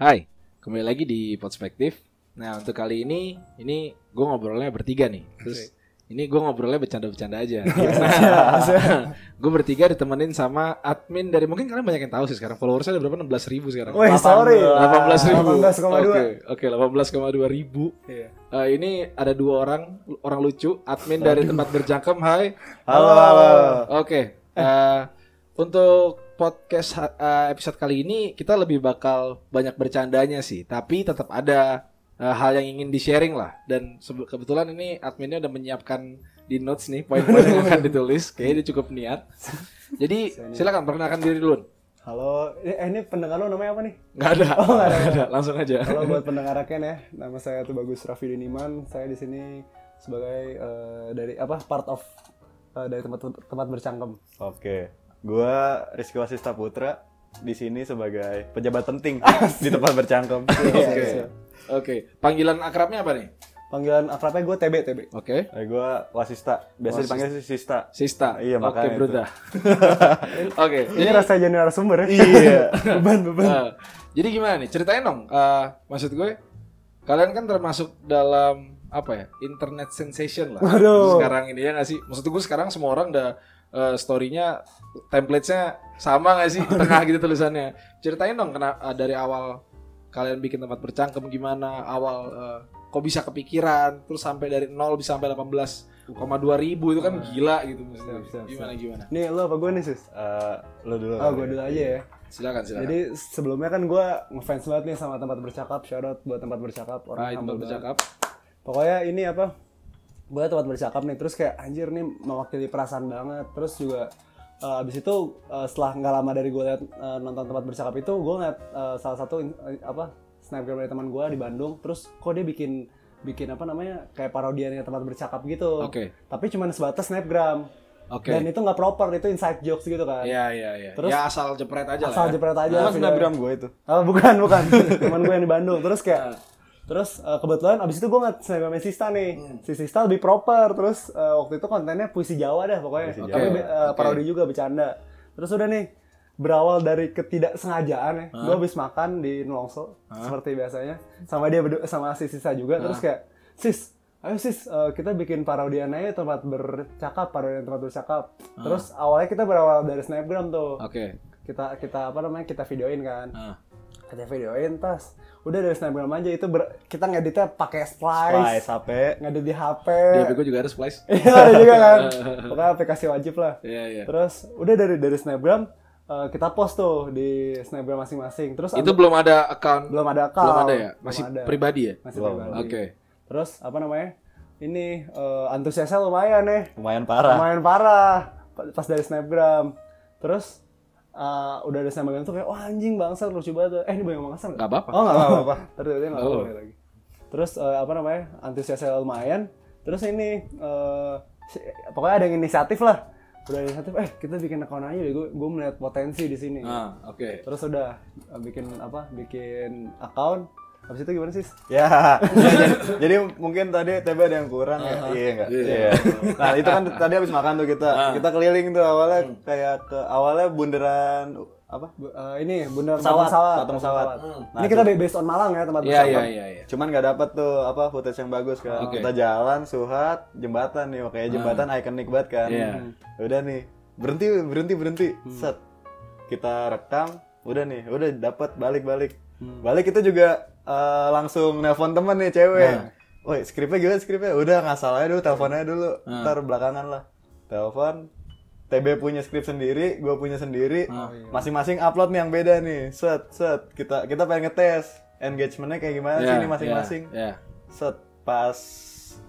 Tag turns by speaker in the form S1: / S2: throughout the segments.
S1: Hai, kembali lagi di Perspektif. Nah untuk kali ini, ini gue ngobrolnya bertiga nih. Terus ini gue ngobrolnya bercanda-bercanda aja. gue bertiga ditemenin sama admin dari mungkin kalian banyak yang tahu sih sekarang followersnya ada berapa? 16 ribu sekarang.
S2: Weh, sorry.
S1: 18 ribu.
S2: 18,2.
S1: Oke, oke 18,2 ribu.
S2: Iya.
S1: Eh, ini ada dua orang, orang lucu, admin dari tempat berjangkem. Hai.
S2: Halo, halo.
S1: Oke, eh, untuk podcast ha- eh, episode kali ini kita lebih bakal banyak bercandanya sih, tapi tetap ada eh, hal yang ingin di-sharing lah. Dan sebe- kebetulan ini adminnya udah menyiapkan di notes nih poin-poin yang akan ditulis, kayaknya dia cukup niat. Jadi silakan perkenalkan diri dulu.
S2: Halo, eh eh, ini pendengar lo namanya apa nih?
S1: Nggak ada,
S2: Oh, nggak ada.
S1: Nggak ada. langsung aja.
S2: Halo buat pendengar Raken ya. Nama saya tuh Bagus Raffi Diniman. Saya di sini sebagai eh, dari apa part of eh, dari tempat tempat bercangkem.
S3: Oke, gua Rizky Wasista Putra di sini sebagai pejabat penting di tempat bercangkem.
S2: Iya,
S1: Oke, oke. Panggilan akrabnya apa nih?
S2: Panggilan akrabnya gue TB TB.
S1: Oke,
S3: Eh, gua Wasista, biasa dipanggil sih Sista.
S1: Sista.
S3: Iya,
S1: oke,
S3: makanya itu.
S1: Bruda. Oke,
S2: Ini
S1: jadi-
S2: rasa jadi narasumber ya.
S3: Iya.
S2: beban beban.
S1: Eh, jadi gimana nih ceritain dong Eh, maksud gue kalian kan termasuk dalam apa ya internet sensation lah
S2: Waduh.
S1: sekarang ini ya nggak sih maksud gue sekarang semua orang udah eh, story-nya template-nya sama nggak sih Di tengah gitu tulisannya ceritain dong kena eh, dari awal kalian bikin tempat bercangkem gimana awal eh, kok bisa kepikiran terus sampai dari nol bisa sampai 18,2 ribu itu kan gila gitu maksudnya
S2: Siap, siap, siap.
S1: gimana gimana
S2: Nih lo apa gue nih sus?
S3: Eh, lo dulu.
S2: Ah gue dulu aja ya.
S1: silakan silakan
S2: Jadi sebelumnya kan gue ngefans banget nih sama tempat bercakap. Shout out buat tempat bercakap.
S1: Nah,
S2: Orang
S1: itu
S2: humble banget.
S1: bercakap
S2: pokoknya ini apa gue tempat bercakap nih terus kayak anjir nih mewakili perasaan banget terus juga eh, abis itu eh, setelah nggak lama dari gue liat eh, nonton tempat bercakap itu gue ngeliat eh, salah satu in- eh, apa snapgram dari teman gue di Bandung terus kok dia bikin bikin apa namanya kayak parodiannya tempat bercakap gitu
S1: oke
S2: tapi cuman sebatas snapgram
S1: oke
S2: dan itu nggak proper itu inside jokes gitu kan
S1: Iya iya iya.
S2: Terus-
S1: ya asal jepret aja
S2: asal
S1: lah. ya.
S2: jepret aja
S3: Mas
S2: videonya.
S3: Nabiram gue itu.
S2: Ah, bukan, bukan. Teman gue yang di Bandung.
S1: Ah.
S2: Terus kayak Terus eh, kebetulan abis itu gue ngeliat snapgramnya Sista nih.
S1: Hmm.
S2: Si Sista lebih proper. Terus eh, waktu itu kontennya puisi Jawa dah pokoknya.
S3: Puisi
S2: Tapi
S1: Jawa.
S2: be- eh,
S1: Oke.
S2: parodi juga bercanda. Terus udah nih berawal dari ketidaksengajaan ya. Gue habis makan di Nelongso seperti biasanya sama dia berdu- sama si Sista juga. Terus kayak sis Ayo sis, eh, kita bikin parodian aja tempat bercakap, parodian tempat bercakap. Terus awalnya kita berawal dari snapgram tuh.
S1: Oke.
S2: Kita kita apa namanya? Kita videoin kan
S1: Ah.
S2: kita videoin tas udah dari snapgram aja itu ber- kita ngeditnya pakai
S3: Wah,
S2: splice
S3: HP.
S2: ngedit di hp
S1: Di HP gue juga ada splice.
S2: iya ada juga kan pokoknya aplikasi wajib lah
S1: Iya iya.
S2: terus udah dari dari snapgram eh, kita post tuh di snapgram masing-masing terus
S1: Itu
S2: ada-
S1: belum ada account.
S2: belum ada account
S1: Belum ada ya.
S2: Belum
S1: Masih
S2: ada.
S1: pribadi ya.
S2: masih
S3: Belum.
S2: pribadi
S1: Oke.
S2: terus apa namanya ini eh, antusiasnya lumayan nih
S3: Lumayan parah.
S2: lumayan parah Pa- pas dari snapgram terus eh, udah dari snapgram tuh kayak wah anjing bangsa lucu banget eh ini banyak bangsa nggak
S1: Gak apa-apa.
S2: Oh nggak apa-apa. Terus dia nggak
S1: Oh.
S2: apa-apa lagi. Terus eh, apa namanya antusiasnya lumayan. Terus ini eh, si- pokoknya ada yang inisiatif lah. Udah ada inisiatif. Eh kita bikin account aja. Gue gue melihat potensi di sini.
S1: Ah, oke.
S2: Terus udah eh, bikin apa? Bikin account. Habis itu gimana sih?
S3: Ya. jadi, jadi mungkin tadi TB ada yang kurang ya. Iya enggak?
S1: Iya.
S3: Iya. Nah, itu kan tadi habis makan tuh kita. Kita keliling tuh awalnya kayak ke awalnya bundaran apa?
S2: Bu- eh, ini bener
S3: Pesawat,
S2: pesawat.
S3: patung pesawat. Nah,
S2: ini kita based on Malang ya tempat
S1: Iya
S2: pesawat.
S1: iya iya iya.
S3: Cuman nggak dapet tuh apa footage yang bagus kan.
S1: Oke.
S3: Kita jalan, suhat, jembatan nih, kayak jembatan ikonik banget kan.
S1: Iya. Hmm.
S3: Udah nih, berhenti berhenti berhenti. Set. Kita rekam, udah nih, udah dapat balik-balik.
S1: Hmm.
S3: Balik itu juga eh, langsung nelpon temen nih cewek.
S1: Nah.
S3: Woi, skripnya gimana skripnya? Udah ngasal aja dulu, teleponnya dulu.
S1: Nah.
S3: Ntar belakangan lah. Telepon TB punya skrip sendiri, gue punya sendiri.
S1: Nah.
S3: Masing-masing upload nih yang beda nih. Set, set. Kita kita pengen ngetes engagementnya kayak gimana
S1: Iya,
S3: sih ini masing-masing.
S1: Iya.
S3: Set pas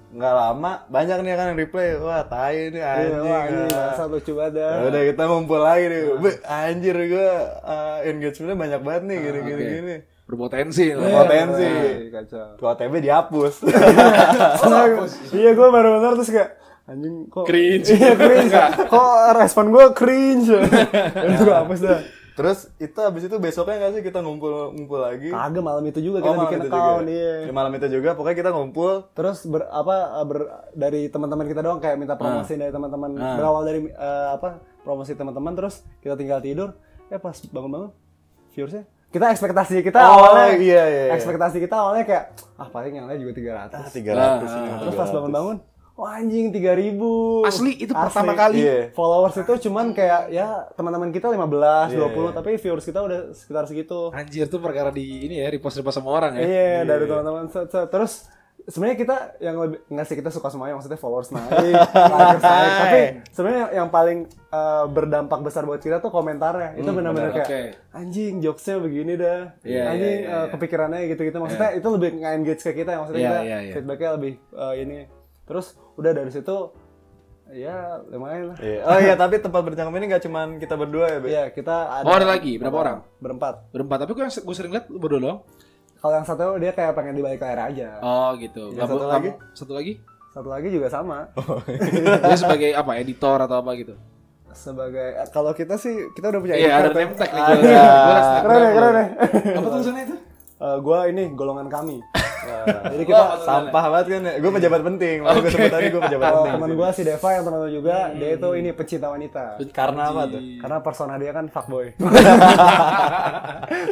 S3: nggak lama banyak nih kan yang replay. Wah, tai nih
S2: Iya,
S3: anjing.
S2: Wah ini
S3: ah.
S2: bangsa lucu banget. dah.
S3: Ya udah kita ngumpul lagi nih. Be, anjir gue engagementnya banyak banget
S2: Ah,
S3: nih gini gini
S1: oke.
S3: gini.
S1: Berpotensi lah.
S3: Potensi.
S2: Wah, Iya, Kacau.
S3: Tuh TB dihapus.
S2: iya gue baru benar terus kayak anjing kok
S1: Cringe.
S2: iya cringe kok respon gue cringe terus gue hapus dah
S3: Terus itu habis itu besoknya nggak sih kita ngumpul ngumpul lagi. Oh,
S2: kagak malam itu juga kita
S3: malam
S2: bikin
S3: itu
S2: account
S3: juga.
S2: iya
S3: Di malam itu juga pokoknya kita ngumpul.
S2: terus ber, apa ber- dari teman-teman kita doang kayak minta promosi
S3: Ah.
S2: dari teman-teman berawal dari eh, apa promosi teman-teman terus kita tinggal tidur ya pas bangun-bangun eh, viewersnya kita ekspektasi kita
S3: Oh,
S2: awalnya
S3: iya, iya, iya.
S2: ekspektasi kita awalnya kayak ah paling yang lain juga 300
S3: Ah, 300 ini.
S2: terus pas
S3: 300.
S2: bangun-bangun wah anjing 3000
S1: Asli, itu pertama kali.
S3: Iya.
S2: followers itu cuman kayak ya teman-teman kita 15
S3: Iya,
S2: 20
S3: iya.
S2: tapi viewers kita udah sekitar segitu
S1: Anjir tuh perkara di ini ya repost repost sama orang ya.
S2: Iya, dari teman-teman. set, set. Terus sebenarnya kita yang lebih nggak sih kita suka semuanya maksudnya followers naik, likers naik. Tapi sebenarnya yang, yang paling eh, berdampak besar buat kita tuh komentarnya. Itu benar-benar
S1: benar,
S2: kayak anjing jokesnya begini dah.
S1: Iya,
S2: anjing
S1: iya,
S2: eh, kepikirannya gitu-gitu. Maksudnya itu lebih nge-engage ke kita ya. maksudnya
S1: Iya,
S2: kita
S1: iya, iya.
S2: feedbacknya lebih eh, ini. Terus udah dari situ ya lumayan lah.
S3: Iya. Oh iya, tapi tempat bercakap ini nggak cuman kita berdua ya, Be?
S2: Iya, kita ada
S1: Oh ada lagi berapa orang?
S2: berempat.
S1: Berempat. Tapi gue yang gue sering lihat lu berdua doang.
S2: Kalau yang satu dia kayak pengen dibalik layar aja.
S1: Oh gitu.
S2: Iya,
S3: Yang
S1: Kamu-
S3: satu
S1: kamu-
S3: lagi?
S1: Satu lagi?
S2: Satu lagi juga sama.
S1: Oh. Dia sebagai apa? Editor atau apa gitu?
S2: sebagai eh, kalau kita sih kita udah punya
S1: Iya
S2: editor
S1: ada
S2: tuh.
S1: name tag nih.
S2: Ya, Ah,
S1: gua-
S2: iya.
S1: gua liat snapgram
S2: keren ya
S1: lu.
S2: keren ya
S1: Apa tulisannya itu?
S2: Eh, gua ini golongan kami Eh,
S3: Jadi
S1: Oh,
S3: kita sampah banget kan. Gue pejabat penting. Makanya gue sebut tadi gue pejabat
S2: kalau
S3: penting.
S2: Oh, teman gua si Deva yang teman lu juga dia itu ini pecinta wanita
S3: Karena apa tuh?
S2: karena persona dia kan fuckboy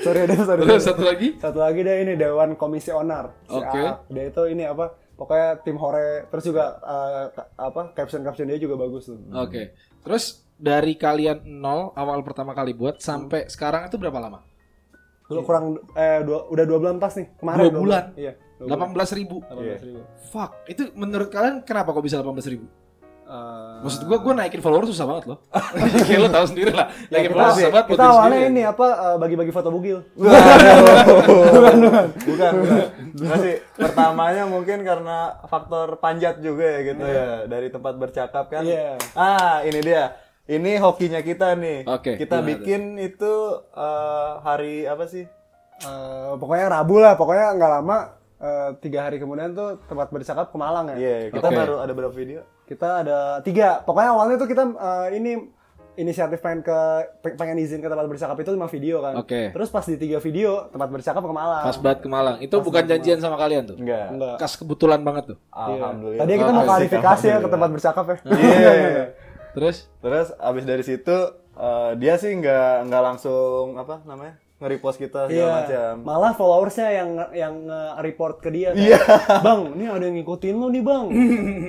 S2: sorry Dev sorry
S1: Terus
S2: sorry.
S1: satu lagi?
S2: satu lagi dia ini dewan komisioner si
S1: Oke.
S2: Aap. dia itu ini apa pokoknya tim hore terus juga eh, ka- apa caption caption dia juga bagus tuh
S1: Oke. Terus dari kalian nol awal pertama kali buat sampai sekarang itu berapa lama?
S2: Dulu kurang eh dua, udah dua bulan pas nih kemarin
S1: Iya. Dua
S2: dua
S1: bulan?
S2: iya dua bulan.
S1: 18.000 ribu.
S3: Iya.
S2: 18.000.
S1: Fuck. Itu menurut kalian kenapa kok bisa 18.000 ribu?
S2: Eh,
S1: Maksud gua gua naikin follower susah banget loh. Kayak lo tau sendiri lah.
S2: Ya,
S1: Naikin
S2: kita,
S1: follower susah banget.
S2: kita
S1: buat diri
S2: awalnya
S1: sendiri.
S2: ini apa eh, bagi-bagi foto bugil.
S3: bukan, bukan. Bukan, Nggak sih, pertamanya mungkin karena faktor panjat juga ya gitu ya. Dari tempat bercakap kan.
S2: Iya.
S3: Ah, ini dia. Ini hokinya kita nih.
S1: Oke,
S3: Kita
S1: gimana
S3: bikin itu eh, hari apa sih?
S2: Eh, pokoknya Rabu lah, pokoknya nggak lama eh, tiga hari kemudian tuh tempat bercakap ke Malang ya.
S3: Iya, kita
S1: Oke.
S3: baru ada berapa video?
S2: Kita ada tiga. Pokoknya awalnya tuh kita eh, ini inisiatif pengen ke pe- pengen izin ke tempat bercakap itu lima video kan.
S1: Oke.
S2: Terus pas di tiga video tempat bercakap ke Malang.
S1: Pas banget ke Malang. Itu bukan janjian sama kalian tuh.
S3: Enggak.
S2: Enggak. Iya.
S1: Kas kebetulan banget tuh.
S3: Alhamdulillah.
S2: Tadi kita mau
S3: Alhamdulillah.
S2: klarifikasi ya ke tempat bercakap ya.
S3: Iya.
S1: Terus
S3: Terus abis dari situ eh, dia sih nggak nggak langsung apa namanya nge-repost kita segala
S2: Iya,
S3: macam.
S2: malah followersnya yang yang eh, report ke dia.
S3: Iya.
S2: kayak, Bang, ini ada yang ngikutin lo nih bang.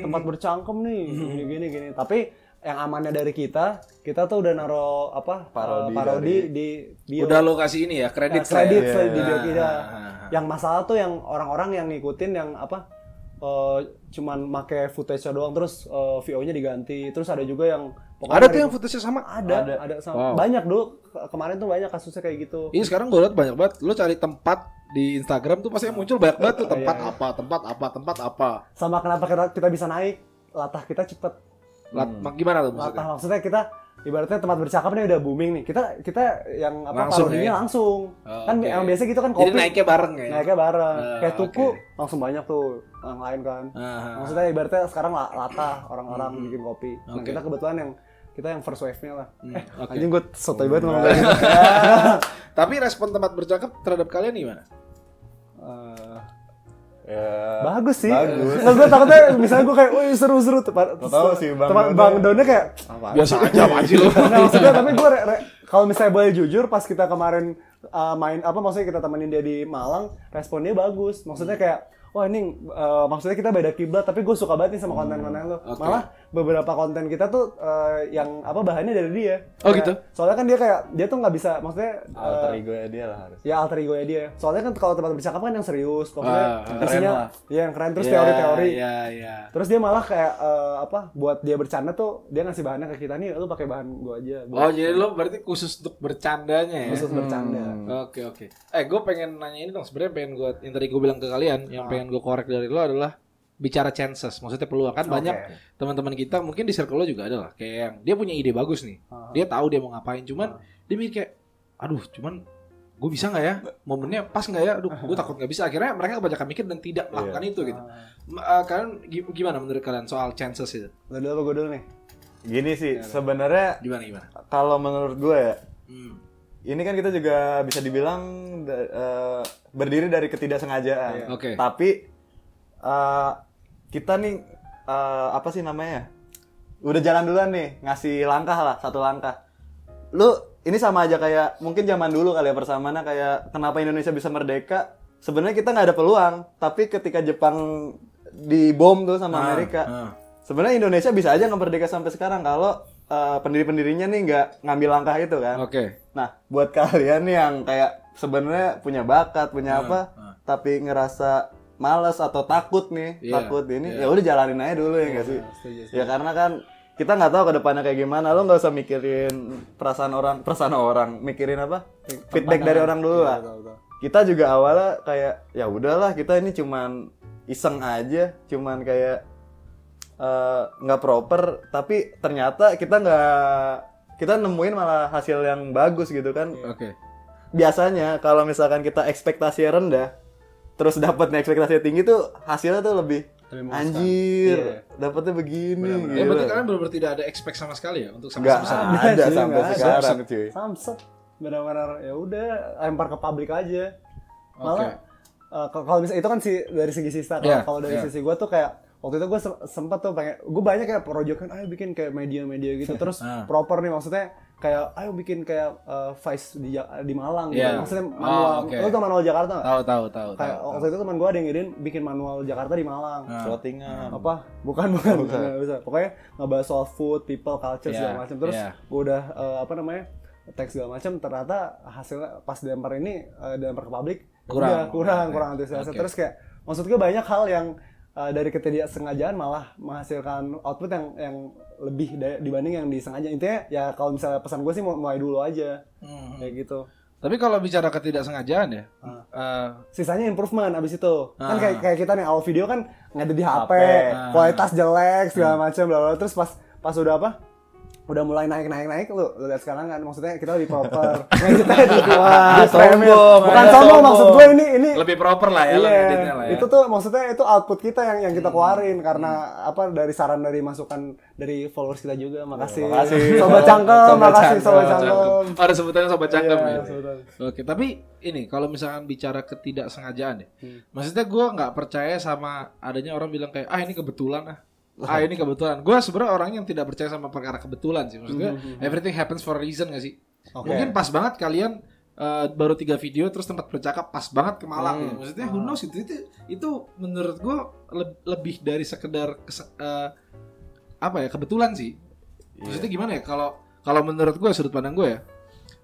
S2: Tempat bercangkem nih, gini gini gini. Tapi yang amannya dari kita, kita tuh udah naro apa eh,
S3: Parodi
S2: parodi di bio.
S1: udah lo kasih ini ya
S2: Iya. Nah,
S1: kredit saya.
S2: kredit
S3: saya.
S2: lah di bio kita.
S1: Ah, ah,
S2: Yang masalah tuh yang orang-orang yang ngikutin yang apa? eh, cuman make footage doang terus VO-nya diganti. Terus ada juga yang pokoknya
S1: Ada tuh
S2: dari-
S1: yang footage sama.
S2: ada ada, sama-
S1: Wow.
S2: banyak dulu Ke- kemarin tuh banyak kasusnya kayak gitu.
S1: Ini Iya, sekarang gue liat banyak banget. Lo cari tempat di Instagram tuh pasti yang muncul banyak banget tuh tempat apa, tempat apa, tempat apa.
S2: sama kenapa kita, kita bisa naik latah kita cepet
S1: Lat, mak- Gimana tuh
S2: latah
S1: maksudnya?
S2: maksudnya kita ibaratnya tempat bercakap nih udah booming nih kita kita yang apa
S1: Langsung
S2: parodinya
S1: ya?
S2: langsung
S1: Oh,
S2: kan
S1: oke.
S2: yang biasa gitu kan
S1: Jadi
S2: kopi
S1: naiknya bareng ya.
S2: naiknya bareng
S1: Ah,
S2: kayak tuku
S1: oke.
S2: langsung banyak tuh yang lain kan
S1: Ah.
S2: maksudnya ibaratnya sekarang la- latah orang-orang
S3: Hmm.
S2: bikin kopi nah
S1: Oke.
S2: kita kebetulan yang kita yang first wave nya lah eh
S1: Hmm, oke.
S2: anjing gue sotoy banget ngomong kayak gitu.
S1: Tapi respon tempat bercakap terhadap kalian gimana?
S2: Eh,
S3: Ya,
S2: bagus sih
S3: Bagus.
S2: Nggak, gue takutnya misalnya gue kayak wih seru-seru tempat
S3: Nggak tahu sih, Bang
S2: tempat
S3: Donnya.
S2: bang donnya kayak
S1: Biasa aja maju lo.
S2: Nah, maksudnya tapi gue re- re- kalau misalnya boleh jujur pas kita kemarin uh, main apa maksudnya kita temenin dia di Malang responnya bagus
S1: Hmm.
S2: maksudnya kayak wah ini uh, maksudnya kita beda kiblat tapi gue suka banget nih sama konten-konten lo
S1: Hmm. oke.
S2: malah beberapa konten kita tuh uh, yang apa bahannya dari dia
S1: Oh,
S2: Kayak-
S1: gitu?
S2: soalnya kan dia kayak dia tuh nggak bisa maksudnya uh,
S3: alter ego dia lah harus.
S2: ya alter ego dia soalnya kan kalau tempat bercakap kan yang serius maksudnya
S1: Ah, keren
S2: isinya
S3: lah.
S2: ya yang keren terus teori-teori
S1: Ya, ya.
S2: Terus dia malah kayak eh, apa buat dia bercanda tuh dia ngasih bahannya ke kita nih lu pakai bahan gua aja buat
S1: Oh jadi lo berarti khusus untuk bercandanya ya?
S2: khusus bercanda.
S1: Oke oke. Eh gue pengen nanya ini dong. Sebenarnya pengen gue yang tadi gue bilang ke kalian,
S2: Ah.
S1: yang pengen gue korek dari lo adalah bicara chances. Maksudnya peluang kan banyak teman-teman kita mungkin di circle lo juga ada lah. Kayak yang dia punya ide bagus nih. Dia tahu dia mau ngapain.
S2: Ah.
S1: Cuman dia mikir kayak, aduh cuman gue bisa nggak ya? Momennya pas nggak ya? Aduh
S2: Ah.
S1: gue takut nggak bisa. Akhirnya mereka kebanyakan mikir dan
S2: Iya.
S1: tidak melakukan itu gitu. Ma- eh, kalian gi- gimana menurut kalian soal chances itu?
S2: Lu dulu apa gua dulu nih?
S3: Gini sih sebenarnya
S1: Gimana gimana?
S3: kalau menurut gue ya
S1: Hmm.
S3: ini kan kita juga bisa dibilang da- eh, berdiri dari ketidaksengajaan.
S1: Iya. Oke.
S3: Tapi eh, kita nih eh, apa sih namanya? Udah jalan duluan nih, ngasih langkah lah, satu langkah. Lu ini sama aja kayak mungkin zaman dulu kali ya persamanya kayak kenapa Indonesia bisa merdeka sebenarnya kita nggak ada peluang tapi ketika Jepang dibom tuh sama Amerika
S1: ah.
S3: sebenarnya Indonesia bisa aja nggak merdeka sampai sekarang kalau eh, pendiri-pendirinya nih nggak ngambil langkah itu kan
S1: Oke.
S3: Nah, buat kalian nih yang kayak sebenarnya punya bakat,
S1: Hmm,
S3: punya apa, tapi ngerasa males atau takut nih,
S1: Iya,
S3: takut ini, ya udah jalanin aja dulu ya nggak sih?
S2: setuju,
S3: Ya karena kan kita nggak tahu ke depannya kayak gimana, lo nggak usah mikirin perasaan orang, perasaan orang, mikirin apa? Feedback dari orang dulu lah. Kita juga awalnya kayak ya udahlah kita ini cuman iseng aja, cuman kayak eh, nggak proper, tapi ternyata kita nggak kita nemuin malah hasil yang bagus gitu kan
S1: Oke.
S3: biasanya kalau misalkan kita ekspektasi rendah terus dapatnya ekspektasi tinggi tuh hasilnya tuh lebih
S2: Lebih memuaskan.
S3: anjir
S2: Iya.
S3: dapatnya begini
S1: Ya
S3: gitu.
S1: berarti kalian benar-benar tidak ada expect sama sekali ya untuk sama
S3: nggak
S1: sebesar.
S2: Nggak
S3: ada
S2: sih,
S3: sampai
S1: iya,
S2: nggak ada.
S3: sekarang cuy
S2: Samsat benar-benar ya udah lempar ke pabrik aja.
S1: Oke.
S2: Malah eh, k- kalau misalnya itu kan si dari segi sista Kalau-
S1: Iya,
S2: kalau dari
S1: iya.
S2: sisi gue tuh kayak waktu itu gue sempat tuh pengen gue banyak kayak proyekan ayo bikin kayak media-media gitu terus
S1: Ah.
S2: proper nih maksudnya kayak ayo bikin kayak eh, Vice di, Ja- di Malang
S1: Iya.
S2: gitu maksudnya
S1: Oh,
S2: manual
S1: oke.
S2: lo tau manual Jakarta nggak?
S1: Tahu tahu tahu. tahu.
S2: kayak waktu itu teman gue ada yang ngiriin bikin manual Jakarta di Malang
S1: Ah.
S3: Clottingan.
S2: apa bukan bukan, bukan. nggak bisa. pokoknya ngebahas soal food people culture
S1: Iya,
S2: segala macam terus
S1: iya.
S2: gue udah eh, apa namanya teks segala macam ternyata hasilnya pas dilempar ini eh, dilempar ke publik
S1: Kurang.
S2: udah, kurang
S1: Oke.
S2: kurang antusiasnya
S1: Oke.
S2: terus kayak maksud gue banyak hal yang eh, dari ketidaksengajaan malah menghasilkan output yang yang lebih da- dibanding yang disengaja intinya ya kalau misalnya pesan gue sih mu- mulai dulu aja
S1: Hmm.
S2: kayak gitu
S1: Tapi kalau bicara ketidaksengajaan ya,
S2: Ah.
S1: eh,
S2: sisanya improvement abis itu
S1: Ah.
S2: kan kayak kayak kita nih awal video kan ngedit di HP,
S1: Ah.
S2: kualitas
S1: Hmm.
S2: jelek segala macam bla bla bla. terus pas pas udah apa udah mulai naik naik naik lu lu lihat sekarang kan maksudnya kita lebih proper ngeditnya di di
S3: Wah,
S2: frame-in.
S3: sombong,
S2: bukan
S3: ada
S2: sombong maksud
S3: sombong.
S2: gue ini ini
S1: lebih proper lah ya, lo
S2: Iya,
S1: ngeditnya lah ya. Hmm.
S2: itu tuh maksudnya itu output kita yang yang kita keluarin karena apa dari saran dari masukan dari followers kita juga makasih,
S3: makasih.
S2: sobat cangkem
S3: Sobat
S2: makasih sobat
S1: Sobat
S2: cangkem
S1: Cangkem. Ada sebutannya sobat cangkem
S2: Iya,
S1: ya.
S2: sebutan.
S1: Oke, tapi ini kalau misalkan bicara ketidaksengajaan ya,
S2: Hmm.
S1: maksudnya gue nggak percaya sama adanya orang bilang kayak ah ini kebetulan ah, ah ini kebetulan. Gue sebenarnya orang yang tidak percaya sama perkara kebetulan sih. Maksudnya
S2: Hmm.
S1: everything happens for a reason gak sih?
S2: Oke.
S1: Mungkin pas banget kalian eh, baru tiga video terus tempat bercakap pas banget ke Malang.
S2: Hmm.
S1: ya. Maksudnya who knows itu itu, itu menurut gue lebih dari sekedar kese- eh, apa ya kebetulan sih.
S2: Iya.
S1: Maksudnya gimana ya kalau kalau menurut gue sudut pandang gue ya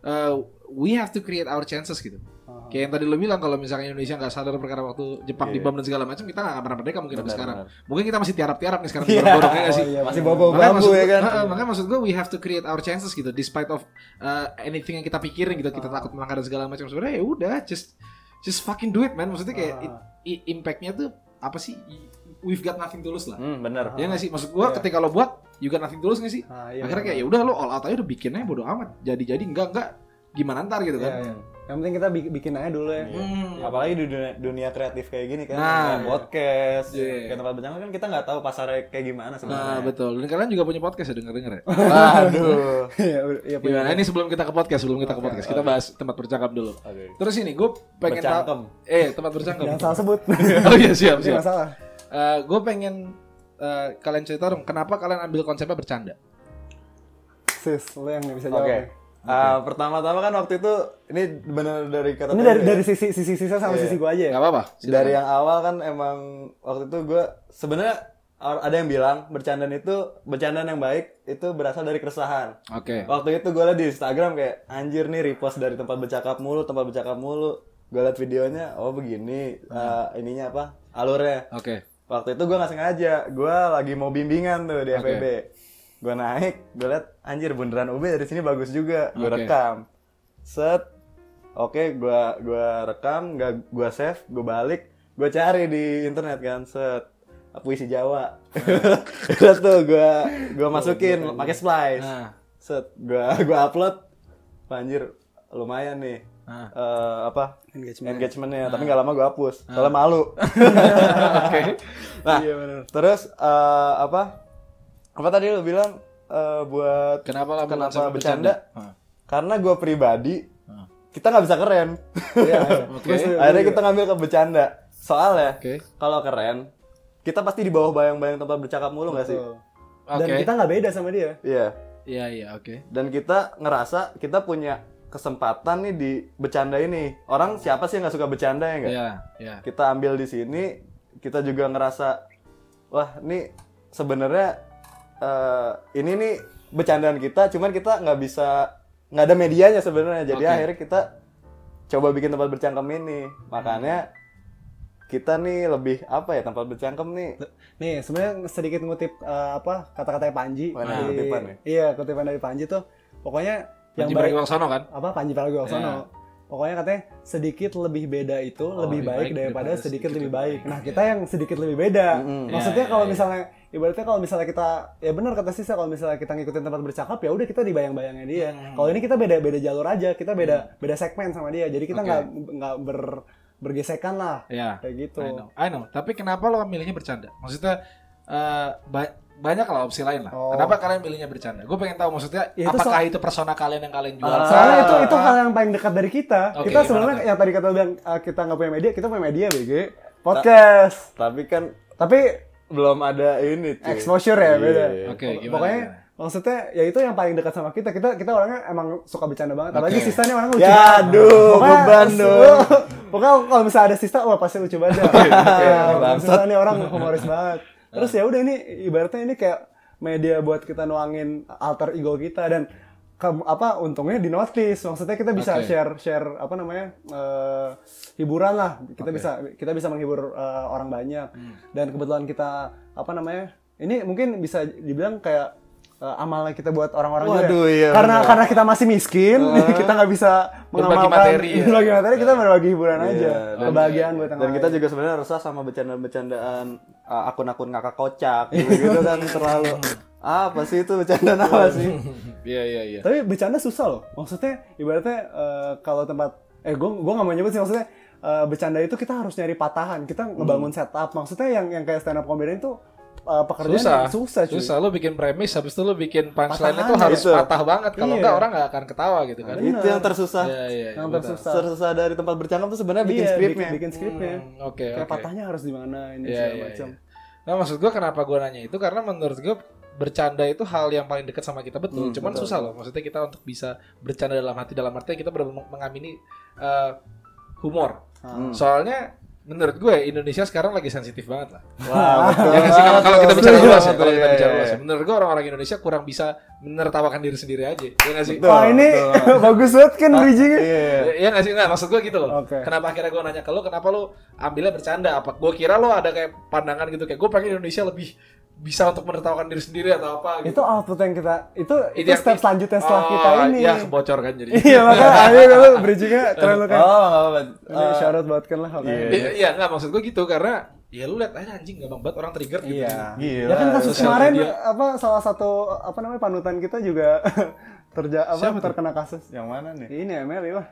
S1: eh, we have to create our chances gitu.
S2: Hmm. Oh.
S1: Kayak yang tadi lo bilang kalau misalnya Indonesia nggak sadar perkara waktu
S2: Iya.
S1: Jepang dibom dan segala macam kita nggak akan pernah merdeka mungkin sampai sekarang. Mungkin kita masih tiarap-tiarap nih sekarang borong-borongnya nggak sih?
S2: Oh, iya,
S3: masih
S2: benar.
S3: bobo
S1: Makanya
S3: bambu
S1: maksud-
S3: ya kan
S1: Heeh, makanya maksud gue we have to create our chances gitu despite of uh, anything yang kita pikirin gitu kita takut melanggar dan segala macam sebenarnya ya udah just just fucking do it man maksudnya kayak
S2: Ah.
S1: it- i- impactnya tuh apa sih I- we've got nothing to lose lah
S3: hmm, bener
S1: ya nggak sih maksud gue ketika lo buat you got nothing to lose nggak sih
S2: Ah, iya,
S1: akhirnya kayak
S2: benar.
S1: ya udah lo all out aja udah bikin aja bodo amat jadi jadi enggak enggak gimana ntar gitu kan
S2: Iya, iya. Yang penting kita bi- bikin aja dulu ya.
S1: Hmm.
S3: apalagi di dunia, dunia kreatif kayak gini kan
S1: Nah.
S3: kayak podcast
S1: Iya.
S3: kayak tempat bercakap kan kita nggak tahu pasarnya kayak gimana
S1: Nah,
S3: sebenarnya
S1: betul. Dan kalian juga punya podcast ya denger-denger ya.
S3: aduh
S2: Iya, udah- iya, punya.
S1: Gimana ini sebelum kita ke podcast, sebelum kita ke podcast, kita bahas tempat bercakap dulu.
S3: Oke.
S1: Terus ini gue pengen
S3: Bercangkem.
S1: tahu eh tempat bercakap.
S2: Jangan salah sebut.
S1: oh iya siap
S2: Ini
S1: siap.
S2: masalah.
S1: gue pengen eh, kalian cerita dong kenapa kalian ambil konsepnya bercanda.
S2: Sis, lo yang bisa jawab. ya.
S3: Oke.
S2: nih.
S3: Ah, pertama-tama kan waktu itu ini benar dari kata
S2: Ini
S3: Teo
S2: dari
S3: ya?
S2: dari sisi sisi sisa sama
S3: Iya.
S2: sisi gua aja ya.
S1: Gak apa-apa. silakan.
S3: dari yang awal kan emang waktu itu gue sebenarnya or- ada yang bilang bercandaan itu bercandaan yang baik itu berasal dari keresahan.
S1: Oke.
S3: Waktu itu gue liat di Instagram kayak anjir nih repost dari tempat bercakap mulu, tempat bercakap mulu. Gue liat videonya, oh begini eh, ininya apa alurnya.
S1: Oke.
S3: Waktu itu gue nggak sengaja, gue lagi mau bimbingan tuh di FEB. Gue naik, gue liat anjir bundaran UB dari sini bagus juga. Gue
S1: Oke.
S3: rekam, set, oke gua gue rekam, gak gue save, gue balik, gue cari di internet kan, set puisi Jawa. Terus tuh gue gua masukin, pakai splice,
S1: Nah.
S3: set gue gua upload, Wah, anjir lumayan nih.
S1: Nah.
S3: Eh, apa
S2: Engagement.
S3: engagementnya tapi nggak lama gue hapus soalnya malu
S1: Oke.
S3: Nah,
S2: Iya, bener.
S3: terus eh, apa? Apa tadi lu bilang eh, buat
S1: Kenapa lah bukan
S3: kenapa
S1: sama
S3: bercanda?
S1: bercanda? Hah.
S3: Karena gue pribadi kita nggak bisa keren.
S1: Oke.
S2: Iya. Terus,
S3: Akhirnya kita ngambil ke bercanda. Soalnya
S1: Oke.
S3: kalau keren kita pasti di bawah bayang-bayang tempat bercakap mulu nggak sih?
S2: tuh. Dan
S1: Oke.
S2: kita nggak beda sama dia.
S3: Iya.
S1: Iya iya oke.
S3: dan kita ngerasa kita punya kesempatan nih di bercanda ini orang siapa sih yang nggak suka bercanda ya nggak
S1: Iya iya.
S3: kita ambil di sini kita juga ngerasa wah ini sebenarnya eh, ini nih bercandaan kita cuman kita nggak bisa nggak ada medianya sebenarnya jadi
S1: Oke.
S3: akhirnya kita coba bikin tempat bercangkem ini makanya kita nih lebih apa ya tempat bercangkem nih
S2: Nih, sebenarnya sedikit ngutip eh, apa kata-katanya Panji.
S3: Wah,
S2: Dari-
S3: kutipan ya?
S2: Iya, kutipan dari Panji tuh. Pokoknya yang
S1: Yang
S2: baik
S1: Pragiwaksono kan?
S2: apa
S1: Iya.
S2: Panji
S1: Oh,
S2: Pragiwaksono. Pokoknya katanya sedikit lebih beda itu lebih
S1: lebih
S2: baik,
S1: baik
S2: daripada
S1: daripada
S2: sedikit,
S1: sedikit
S2: lebih
S1: lebih
S2: baik.
S1: baik.
S2: Nah,
S1: Iya.
S2: kita yang sedikit lebih beda.
S3: Mm-mm.
S1: Iya,
S2: Maksudnya
S1: iya,
S2: kalau
S1: iya.
S2: misalnya ibaratnya kalau misalnya kita ya benar kata sisa kalau misalnya kita ngikutin tempat bercakap ya udah kita dibayang-bayangnya dia. Kalau ini kita beda beda jalur aja, kita beda beda segmen sama dia. Jadi kita
S1: Hmm. Oke.
S2: nggak nggak ber bergesekan lah
S1: Iya.
S2: kayak gitu.
S1: I know, I know. Tapi kenapa lo milihnya bercanda? Maksudnya eh, ba- banyak lah opsi lain lah.
S2: Oh.
S1: Kenapa kalian milihnya bercanda? Gue pengen tahu maksudnya
S2: Ya, itu
S1: apakah itu persona kalian yang kalian jual?
S3: Ah.
S2: Soalnya itu
S3: Ah.
S2: itu hal yang paling dekat dari kita.
S1: Oke,
S2: kita
S1: gimana
S2: sebenarnya
S1: tuh?
S2: yang tadi kata lu bilang ah, kita nggak punya media, kita punya media BG podcast.
S3: tapi kan
S2: Tapi
S1: Iya.
S3: belum ada ini cuy.
S2: exposure ya beda.
S3: Iya.
S1: Oke,
S2: Pok-
S1: gimana?
S2: Pokoknya
S1: gimana?
S2: maksudnya ya itu yang paling dekat sama kita. Kita kita orangnya emang suka bercanda banget. Apalagi
S1: Oke.
S2: Sista nih orangnya lucu.
S3: ya
S2: banget.
S3: aduh
S2: Pokoknya-
S3: beban dong
S2: Pokoknya kalau misalnya ada Sista, wah pasti lucu banget. Ya, Sista nih orang humoris banget. Terus ya udah ini ibaratnya ini kayak media buat kita nuangin alter ego kita dan ke- apa untungnya di notice maksudnya kita bisa
S1: Oke.
S2: share share apa namanya eh, hiburan lah kita bisa kita bisa menghibur eh, orang banyak
S3: Hmm.
S2: dan kebetulan kita apa namanya ini mungkin bisa dibilang kayak eh, amalnya kita buat orang-orang juga ya.
S3: Waduh, iya,
S2: karena
S3: benar. Eh.
S2: karena kita masih miskin kita nggak bisa
S1: Berbagi
S2: mengamalkan
S1: materi, ya.
S2: berbagi materi kita berbagi hiburan aja
S3: Iya, dan-
S2: kebahagiaan buat yang
S3: dan kita
S2: lain.
S3: juga sebenarnya resah sama bercandaan-bercandaan uh, akun-akun ngakak kocak gitu kan terlalu "Ah, apa sih itu bercandaan apa sih
S1: Iya iya iya.
S2: tapi bercanda susah loh maksudnya ibaratnya eh, kalau tempat eh gue gue nggak mau nyebut sih maksudnya eh, bercanda itu kita harus nyari patahan kita ngebangun setup maksudnya yang yang kayak stand up comedian itu eh, pekerjaan
S1: Susah.
S2: yang susah cuy
S1: Susah lo bikin premis habis itu lo bikin punchline itu
S2: Patahan,
S1: harus
S3: gitu.
S1: patah banget kalau
S2: Iya.
S1: enggak orang nggak akan ketawa gitu kan.
S3: itu yang tersusah
S1: Iya iya. iya,
S2: yang
S1: betul.
S2: tersusah
S3: tersusah dari tempat bercangkem tuh sebenarnya bikin
S2: Iya,
S3: skripnya
S2: bikin, bikin skripnya
S1: Hmm, Oke
S2: kayak
S1: oke.
S2: patahnya harus di mana ini
S1: Iya,
S2: segala
S1: iya,
S2: macam
S1: Nah maksud gue kenapa gue nanya itu karena menurut gue bercanda itu hal yang paling dekat sama kita betul.
S3: Hmm,
S1: Cuman
S3: betul.
S1: susah loh. Maksudnya kita untuk bisa bercanda dalam hati dalam artinya kita benar mengamini eh, humor.
S3: Hmm.
S1: Soalnya menurut gue Indonesia sekarang lagi sensitif banget lah.
S3: wah betul
S1: Ya nggak sih? kalau kalau kita
S3: banget.
S1: bicara luas
S3: Setuju
S1: ya,
S3: banget,
S1: kalau kita
S3: iya,
S1: bicara
S3: iya,
S1: luas ya.
S3: iya.
S1: Menurut gue orang-orang Indonesia kurang bisa menertawakan diri sendiri aja. Ya nggak sih?
S3: Betul,
S2: Wah ini
S3: betul.
S2: bagus banget kan bridgingnya.
S3: Iya.
S1: Ya, ya nggak sih nggak maksud gue gitu loh.
S2: Oke.
S1: Kenapa akhirnya gue nanya ke lo, kenapa lo ambilnya bercanda? Apa gue kira lo ada kayak pandangan gitu kayak gue pengen Indonesia lebih bisa untuk menertawakan diri sendiri atau apa? Gitu.
S2: Itu output yang kita itu itu
S1: yang-
S2: step selanjutnya setelah
S1: Oh,
S2: kita ini.
S1: Ya kebocor kan jadi.
S2: Iya makanya ayo kalau bridgingnya keren lu kan.
S3: oh nggak apa-apa.
S2: Ini
S3: Eh,
S2: syarat banget kan lah. makanya.
S3: iya.
S1: Iya, iya nggak maksud gue gitu karena ya lu lihat aja anjing gampang banget orang trigger gitu.
S2: Iya.
S3: Gila,
S2: ya kan kasus
S1: sosial
S2: kemarin
S1: media.
S2: apa salah satu apa namanya panutan kita juga terja apa
S1: Siapa tuh?
S2: terkena kasus.
S3: yang mana nih
S2: Ini iya. Emily wah.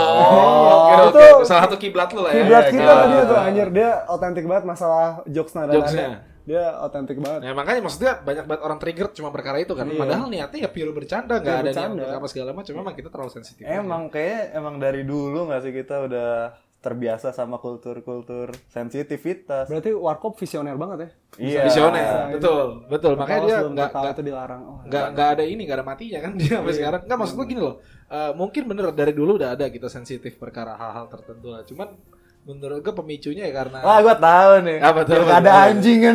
S1: Oh, oke oke.
S2: Itu-
S1: Salah satu kiblat lu lah ya.
S2: Kiblat
S3: iya,
S2: kita
S3: iya,
S2: tadi
S3: iya.
S2: tuh anjir dia otentik banget masalah jokes nada
S1: Jokesnya.
S2: nada. Dia otentik banget.
S1: Nah, makanya maksudnya banyak banget orang trigger cuma perkara itu kan. Padahal niatnya ya pure bercanda, nggak
S2: Iya,
S1: ada niat
S2: bercanda.
S1: untuk apa segala macam. Memang kita terlalu sensitif.
S3: Emang kayak emang dari dulu nggak sih kita udah terbiasa sama kultur-kultur
S1: Iya.
S3: sensitivitas.
S2: Berarti Warkop visioner banget ya.
S3: Iya.
S1: Visioner, betul, betul. Makanya
S2: Kalau
S1: dia
S2: sebelum
S1: nggak
S2: tahu
S1: nggak-
S2: itu dilarang. Oh,
S1: nggak nggak ada ini nggak ada matinya kan dia
S3: Iya.
S1: sampai sekarang nggak maksud gue gini loh Eh mungkin bener dari dulu udah ada kita sensitif perkara hal-hal tertentu lah cuman menurut gue pemicunya ya karena
S3: Wah, gua tahu nih.
S1: Apa tuh, apa
S3: Pilkada
S1: tuh?
S3: anjing kan.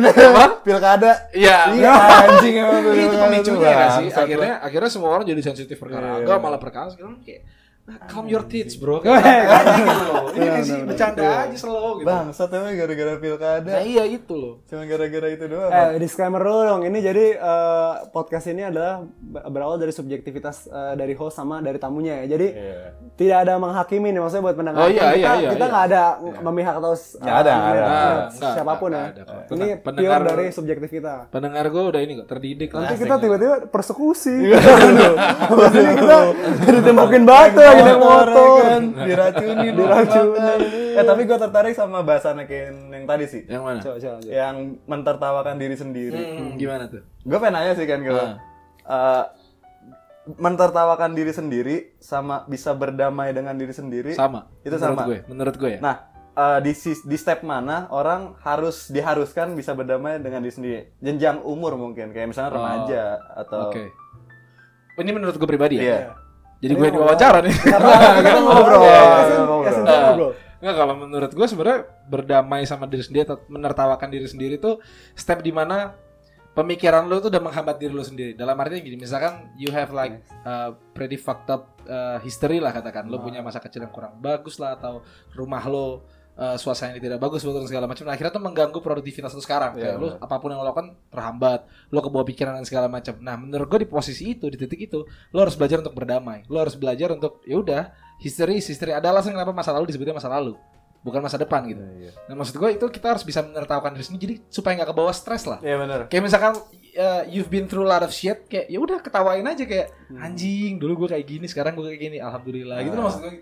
S3: Pilkada.
S1: Iya.
S3: Iya, anjing emang tuh.
S1: itu
S3: Pilkada
S1: pemicunya nggak sih
S3: bangsat
S1: akhirnya akhirnya semua orang jadi sensitif perkara
S3: Iya.
S1: agama malah perkara sekarang kayak nah, calm your tits bro kayak santai
S3: Iya,
S1: aja gitu loh ini
S2: Bener,
S1: kan sih
S2: bener,
S1: bercanda
S3: bener.
S1: aja selalu
S3: lu.
S1: gitu
S3: Bangsat emang gara-gara pilkada.
S1: nah iya itu loh
S3: Cuma gara-gara itu doang.
S2: Eh, disclaimer dulu dong. Ini jadi eh, podcast ini adalah b- berawal dari subjektivitas eh, dari host sama dari tamunya ya. Jadi
S3: Iya.
S2: tidak ada menghakimi nih maksudnya buat pendengar.
S1: Oh, iya,
S2: kita
S1: iya, iya,
S2: kita
S1: iya.
S2: nggak ada memihak atau s-
S3: Nggak
S2: eh,
S3: ada, ada.
S2: memihak
S1: Nggak, nggak,
S2: siapapun
S1: nggak
S2: ya.
S1: ada kok.
S2: ini
S1: Pendengar-
S2: pure
S1: pendengar-
S2: dari subjektif kita.
S1: pendengar gue udah ini kok terdidik
S2: Nanti
S1: langsung
S2: kita
S1: gitu.
S2: tiba-tiba persekusi.
S3: Iya.
S2: Jadi kita ditembokin batu lagi
S3: Motor,
S2: naik motor.
S3: ya kan, diracuni, diracuni. Eh tapi gue tertarik sama bahasan Ken yang tadi sih,
S1: yang mana
S2: Coba, coba, coba.
S3: yang mentertawakan diri sendiri.
S1: Hmm, gimana tuh
S3: Gue pengen nanya sih kan ke lo.
S1: Ah.
S3: Eh, mentertawakan diri sendiri sama bisa berdamai dengan diri sendiri.
S1: sama
S3: Itu
S1: menurut
S3: sama.
S1: gue menurut gue ya
S3: Nah, eh, di sis- di step mana orang harus diharuskan bisa berdamai dengan diri sendiri? Jenjang umur mungkin, kayak misalnya remaja atau
S1: Oh, Oke. ini menurut gue pribadi ya.
S3: Iya.
S1: Jadi gue yang diwawancara nih.
S2: Kita
S3: ngobrol,
S2: ngobrol. Iya,
S3: kita ngobrol.
S2: Kasih
S1: Eh,
S2: ngobrol.
S1: Nggak, kalau menurut gue sebenarnya berdamai sama diri sendiri atau menertawakan diri sendiri itu step dimana pemikiran lo tuh udah menghambat diri lo sendiri. Dalam artinya gini, misalkan you have like uh, pretty fucked up uh, history lah katakan. Lo punya masa kecil yang kurang bagus lah atau rumah lo uh, suasananya tidak bagus betul segala macam. Nah, akhirnya tuh mengganggu produktivitas lo sekarang. Kayak lo apapun yang lo lakukan terhambat. Lo kebawa pikiran dan segala macam. Nah, menurut gue di posisi itu, di titik itu, lo harus belajar untuk berdamai. Lo harus belajar untuk ya udah history is history ada alasan kenapa masa lalu disebutnya masa lalu bukan masa depan
S2: iya,
S1: gitu. Nah maksud gue itu kita harus bisa menertawakan diri sendiri jadi supaya nggak kebawa stres lah.
S3: Iya benar.
S1: Kayak misalkan uh, you've been through a lot of shit kayak ya udah ketawain aja kayak anjing dulu gue kayak gini sekarang gue kayak gini alhamdulillah gitu loh maksud gue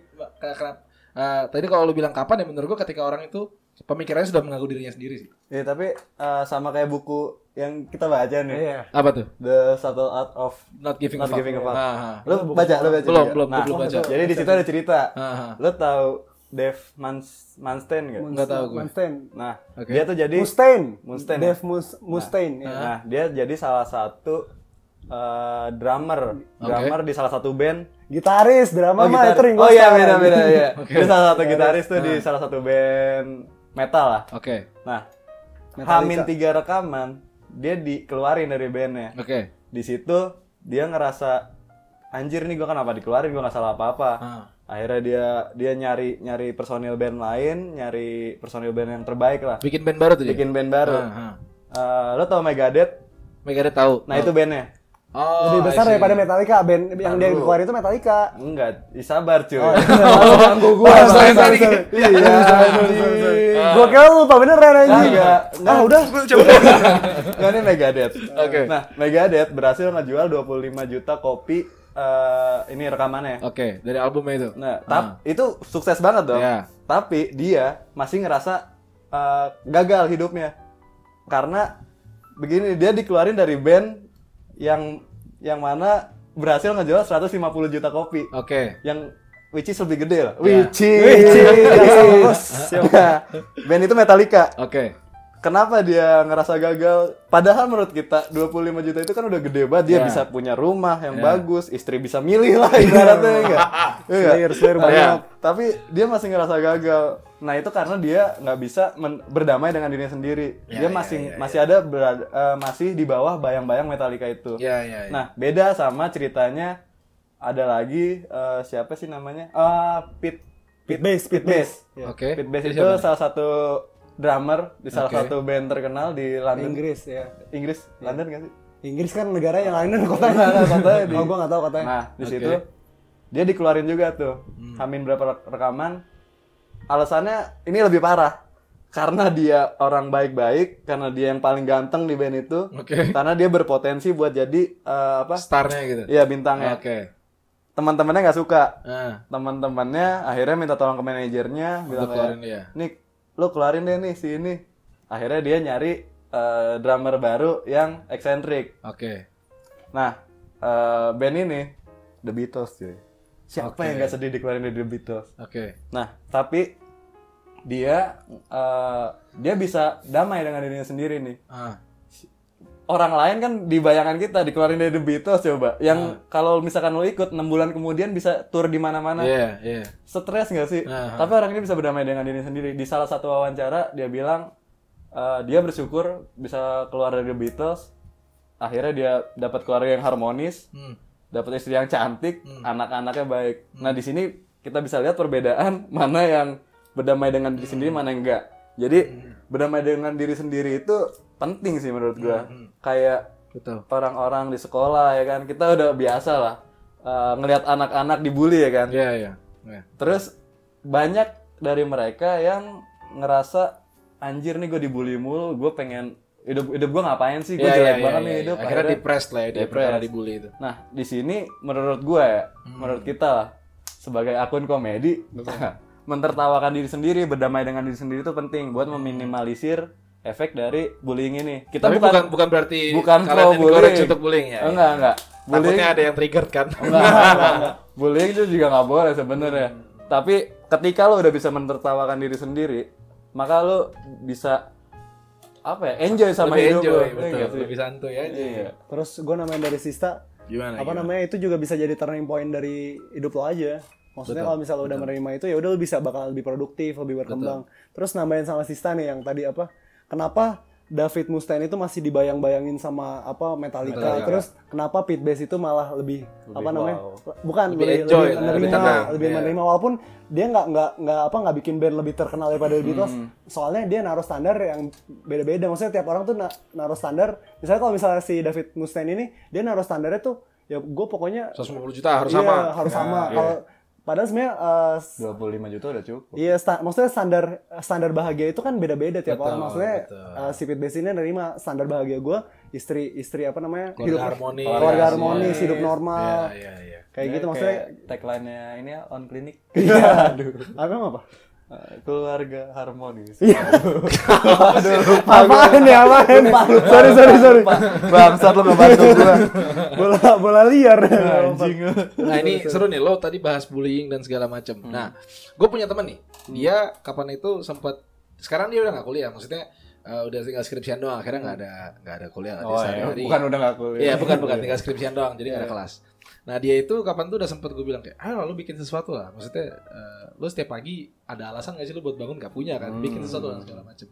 S1: kayak kenapa eh, tadi kalau lu bilang kapan ya menurut gue ketika orang itu pemikirannya sudah mengganggu dirinya sendiri sih.
S3: Iya tapi eh, sama kayak buku yang kita baca nih.
S2: Iya.
S1: Apa tuh?
S3: The Subtle Art of
S1: Not giving
S3: Not
S1: a fuck.
S3: Giving a fuck.
S1: Ah, ah.
S3: Lo baca, lo baca.
S1: Belum,
S3: juga?
S1: belum,
S3: Nah,
S1: belum baca.
S3: Jadi di situ ada cerita.
S1: Ah, ah.
S3: Lo tahu Dave Mans- Manstein nggak?
S1: Nggak tahu gue.
S2: Mustaine.
S3: Nah,
S1: Oke.
S3: dia tuh jadi
S2: Mustaine.
S3: Mustaine, ya?
S2: Dave Mus- Mustaine. ya.
S3: Nah, dia jadi salah satu eh, drummer, drummer di salah satu band.
S2: Gitaris, drama mah
S3: gitar-
S2: itu Ringo
S3: oh iya,
S2: Starr.
S3: beda beda iya.
S1: Oke.
S3: Dia salah satu gitaris tuh di salah satu band metal lah.
S1: Oke.
S3: Nah,
S2: Metallica.
S3: Hamin tiga rekaman, dia dikeluarin dari bandnya.
S1: Oke.
S3: Di situ dia ngerasa anjir nih gua kenapa dikeluarin gua nggak salah apa-apa.
S1: Ah.
S3: Akhirnya dia dia nyari nyari personil band lain, nyari personil band yang terbaik lah.
S1: Bikin band baru tuh dia.
S3: Bikin band baru.
S1: Iya. Ah, ah.
S3: Eh, lo tau Megadeth?
S1: Megadeth tahu.
S3: Nah, itu bandnya.
S1: Oh,
S2: Lebih
S1: I
S2: besar
S1: see.
S2: daripada Metallica band yang dia keluarin itu Metallica.
S3: Enggak, ih, sabar cuy.
S1: iya.
S2: Ganggu gua.
S1: Oh, sorry,
S2: sorry,
S1: sorry.
S2: sorry.
S3: Iya, Ah.
S2: Gua kira lu lupa beneran anjing.
S3: Enggak,
S1: Ah.
S3: enggak udah. Enggak ini Megadeth.
S1: Oke.
S3: Nah, Megadeth berhasil ngejual 25 juta kopi eh, ini rekamannya.
S1: Oke, dari albumnya itu.
S3: Nah, tap, itu sukses banget dong.
S1: Iya.
S3: Tapi dia masih ngerasa eh, gagal hidupnya. Karena begini dia dikeluarin dari band yang yang mana berhasil ngejual 150 juta kopi.
S1: Oke.
S3: yang which is lebih gede lah.
S1: Iya.
S3: Which is. Nah, band itu Metallica.
S1: Oke.
S3: Kenapa dia ngerasa gagal? Padahal menurut kita 25 juta itu kan udah gede banget. Dia
S1: Iya.
S3: bisa punya rumah yang
S1: Iya.
S3: bagus, istri bisa milih lah ibaratnya ya enggak.
S2: Slayer, Slayer banyak.
S3: Tapi dia masih ngerasa gagal. Nah, itu karena dia nggak bisa men- berdamai dengan dirinya sendiri.
S1: Iya,
S3: dia
S1: iya,
S3: masih
S1: iya,
S3: masih ada berada- eh, masih di bawah bayang-bayang Metallica itu.
S1: Iya, iya, iya.
S3: Nah, beda sama ceritanya ada lagi eh, siapa sih namanya? Ah, Pit
S2: Pit Bass, Pit Ya, Bass.
S3: Iya.
S1: Oke.
S3: Pit Bass
S1: Itu
S3: itu
S1: siapa?
S3: salah satu drummer di salah
S1: Oke. Iya.
S3: satu band terkenal di London.
S2: Inggris ya.
S3: Inggris, London nggak sih?
S2: Inggris kan negara yang
S3: Nah,
S2: lain kotanya.
S3: kotanya di-
S2: Oh, gua enggak tahu kotanya.
S3: Nah, di
S1: Oke. Hmm.
S3: situ dia dikeluarin juga tuh. Hamin berapa re- rekaman? Alasannya ini lebih parah. Karena dia orang baik-baik, karena dia yang paling ganteng di band itu,
S1: Oke.
S3: karena dia berpotensi buat jadi eh, apa?
S1: Starnya gitu.
S3: Iya bintangnya.
S1: Oke.
S3: Teman-temannya nggak suka,
S1: Ah,
S3: teman-temannya akhirnya minta tolong ke manajernya bilang
S1: Untuk keluarin
S3: kayak,
S1: dia.
S3: Nih, lo keluarin deh nih si ini. Akhirnya dia nyari eh, drummer baru yang eksentrik.
S1: oke.
S3: Nah, eh, band ini The Beatles cuy. Siapa
S1: Oke.
S3: yang gak sedih dikeluarin dari The Beatles?
S1: Oke.
S3: Nah, tapi dia eh, dia bisa damai dengan dirinya sendiri nih.
S1: Ah,
S3: Orang lain kan di bayangan kita dikeluarin dari The Beatles coba. Yang kalau misalkan lo ikut 6 bulan kemudian bisa tour di mana-mana
S1: iya, iya.
S3: stres nggak sih?
S1: Nah,
S3: Tapi orang ini bisa berdamai dengan diri sendiri. Di salah satu wawancara dia bilang eh, dia bersyukur bisa keluar dari The Beatles. Akhirnya dia dapat keluarga yang harmonis,
S1: Hmm.
S3: dapat istri yang cantik, anak-anaknya baik. Nah di sini kita bisa lihat perbedaan mana yang berdamai dengan diri sendiri, mana yang enggak. Jadi berdamai dengan diri sendiri itu penting sih menurut gua. Kayak
S1: Betul.
S3: orang-orang di sekolah ya kan kita udah biasa lah eh, ngelihat anak-anak dibully ya kan.
S1: Iya, iya. Iya.
S3: Terus banyak dari mereka yang ngerasa anjir nih gue dibully mulu, gue pengen hidup hidup gue ngapain sih, gue
S1: Iya,
S3: jelek
S1: iya, iya,
S3: banget nih
S1: iya.
S3: hidup.
S1: Akhirnya depressed lah ya dia
S3: depressed.
S1: perkara dibully itu.
S3: Nah di sini menurut gue ya,
S1: Hmm.
S3: menurut kita lah, sebagai akun komedi, mentertawakan diri sendiri, berdamai dengan diri sendiri itu penting
S1: Hmm.
S3: buat meminimalisir efek dari bullying ini. Kita
S1: Tapi bukan bukan berarti
S3: bukan pro
S1: kalian
S3: bullying.
S1: encourage untuk bullying ya.
S3: Enggak enggak.
S1: Takutnya ada yang triggered kan.
S3: Enggak, enggak, enggak. bullying itu juga nggak boleh sebenarnya. Tapi ketika lo udah bisa menertawakan diri sendiri, maka lo bisa apa ya enjoy sama
S1: Lebih
S3: hidup
S1: enjoy,
S3: lo. Iya
S1: betul.
S3: nggak sih?
S1: Lebih santuy aja.
S3: Iya.
S2: Terus gue namain dari Sista,
S1: Gimana? gitu.
S2: apa
S1: gimana?
S2: namanya itu juga bisa jadi turning point dari hidup lo aja maksudnya kalau misalnya lo udah menerima itu ya udah lo bisa bakal lebih produktif lebih berkembang terus nambahin sama Sista nih yang tadi apa kenapa David Mustaine itu masih dibayang-bayangin sama apa Metallica,
S1: Metallica.
S2: terus kenapa Pit Bass itu malah lebih, apa namanya bukan
S1: Lebih enjoy,
S2: lebih
S1: lebih
S2: menerima
S1: tenang,
S2: lebih
S1: iya.
S2: menerima walaupun dia nggak nggak nggak apa nggak bikin band lebih terkenal daripada The Beatles
S1: Hmm.
S2: soalnya dia naruh standar yang beda-beda maksudnya tiap orang tuh na- naruh standar misalnya kalau misalnya si David Mustaine ini dia naruh standarnya tuh ya gue pokoknya
S1: 150 juta harus
S2: iya,
S1: sama.
S2: harus
S1: Nah,
S2: sama
S1: iya.
S2: kalau padahal sebenarnya eh, s-
S3: 25 juta udah cukup.
S2: Iya, sta- maksudnya standar standar bahagia itu kan beda-beda tiap
S1: Betul,
S2: orang. Maksudnya
S1: betul.
S2: eh, si Pit Bass ini nerima standar bahagia gue, istri istri apa namanya
S1: Keluarga harmonis.
S2: keluarga harmonis,
S1: Iya.
S2: hidup normal,
S1: Iya, iya, iya.
S2: kayak
S3: Ya,
S2: gitu maksudnya.
S3: tagline-nya ini ya, on klinik.
S2: Iya, Apa emang apa? Iya.
S3: Eh, Keluarga harmonis. Iya.
S2: Apaan ya, apaan? sorry, sorry, sorry.
S3: Bangsat lo ngebantu gua.
S2: bola bola liar.
S3: Anjing.
S1: Nah ini seru nih lo tadi bahas bullying dan segala macem.
S3: Hmm.
S1: Nah gue punya temen nih, dia kapan itu sempat sekarang dia udah nggak kuliah, maksudnya eh, udah tinggal skripsian doang. Akhirnya nggak ada nggak ada kuliah lagi
S3: Oh, ya.
S1: sehari-hari.
S3: Bukan udah gak kuliah. Iya.
S1: Iya bukan bukan tinggal skripsian doang, jadi nggak ada kelas. Nah dia itu kapan tuh udah sempet gue bilang kayak, ah lo bikin sesuatu lah. Maksudnya eh, lo setiap pagi ada alasan nggak sih lo buat bangun nggak punya kan?
S3: Hmm.
S1: Bikin sesuatu dan segala macem.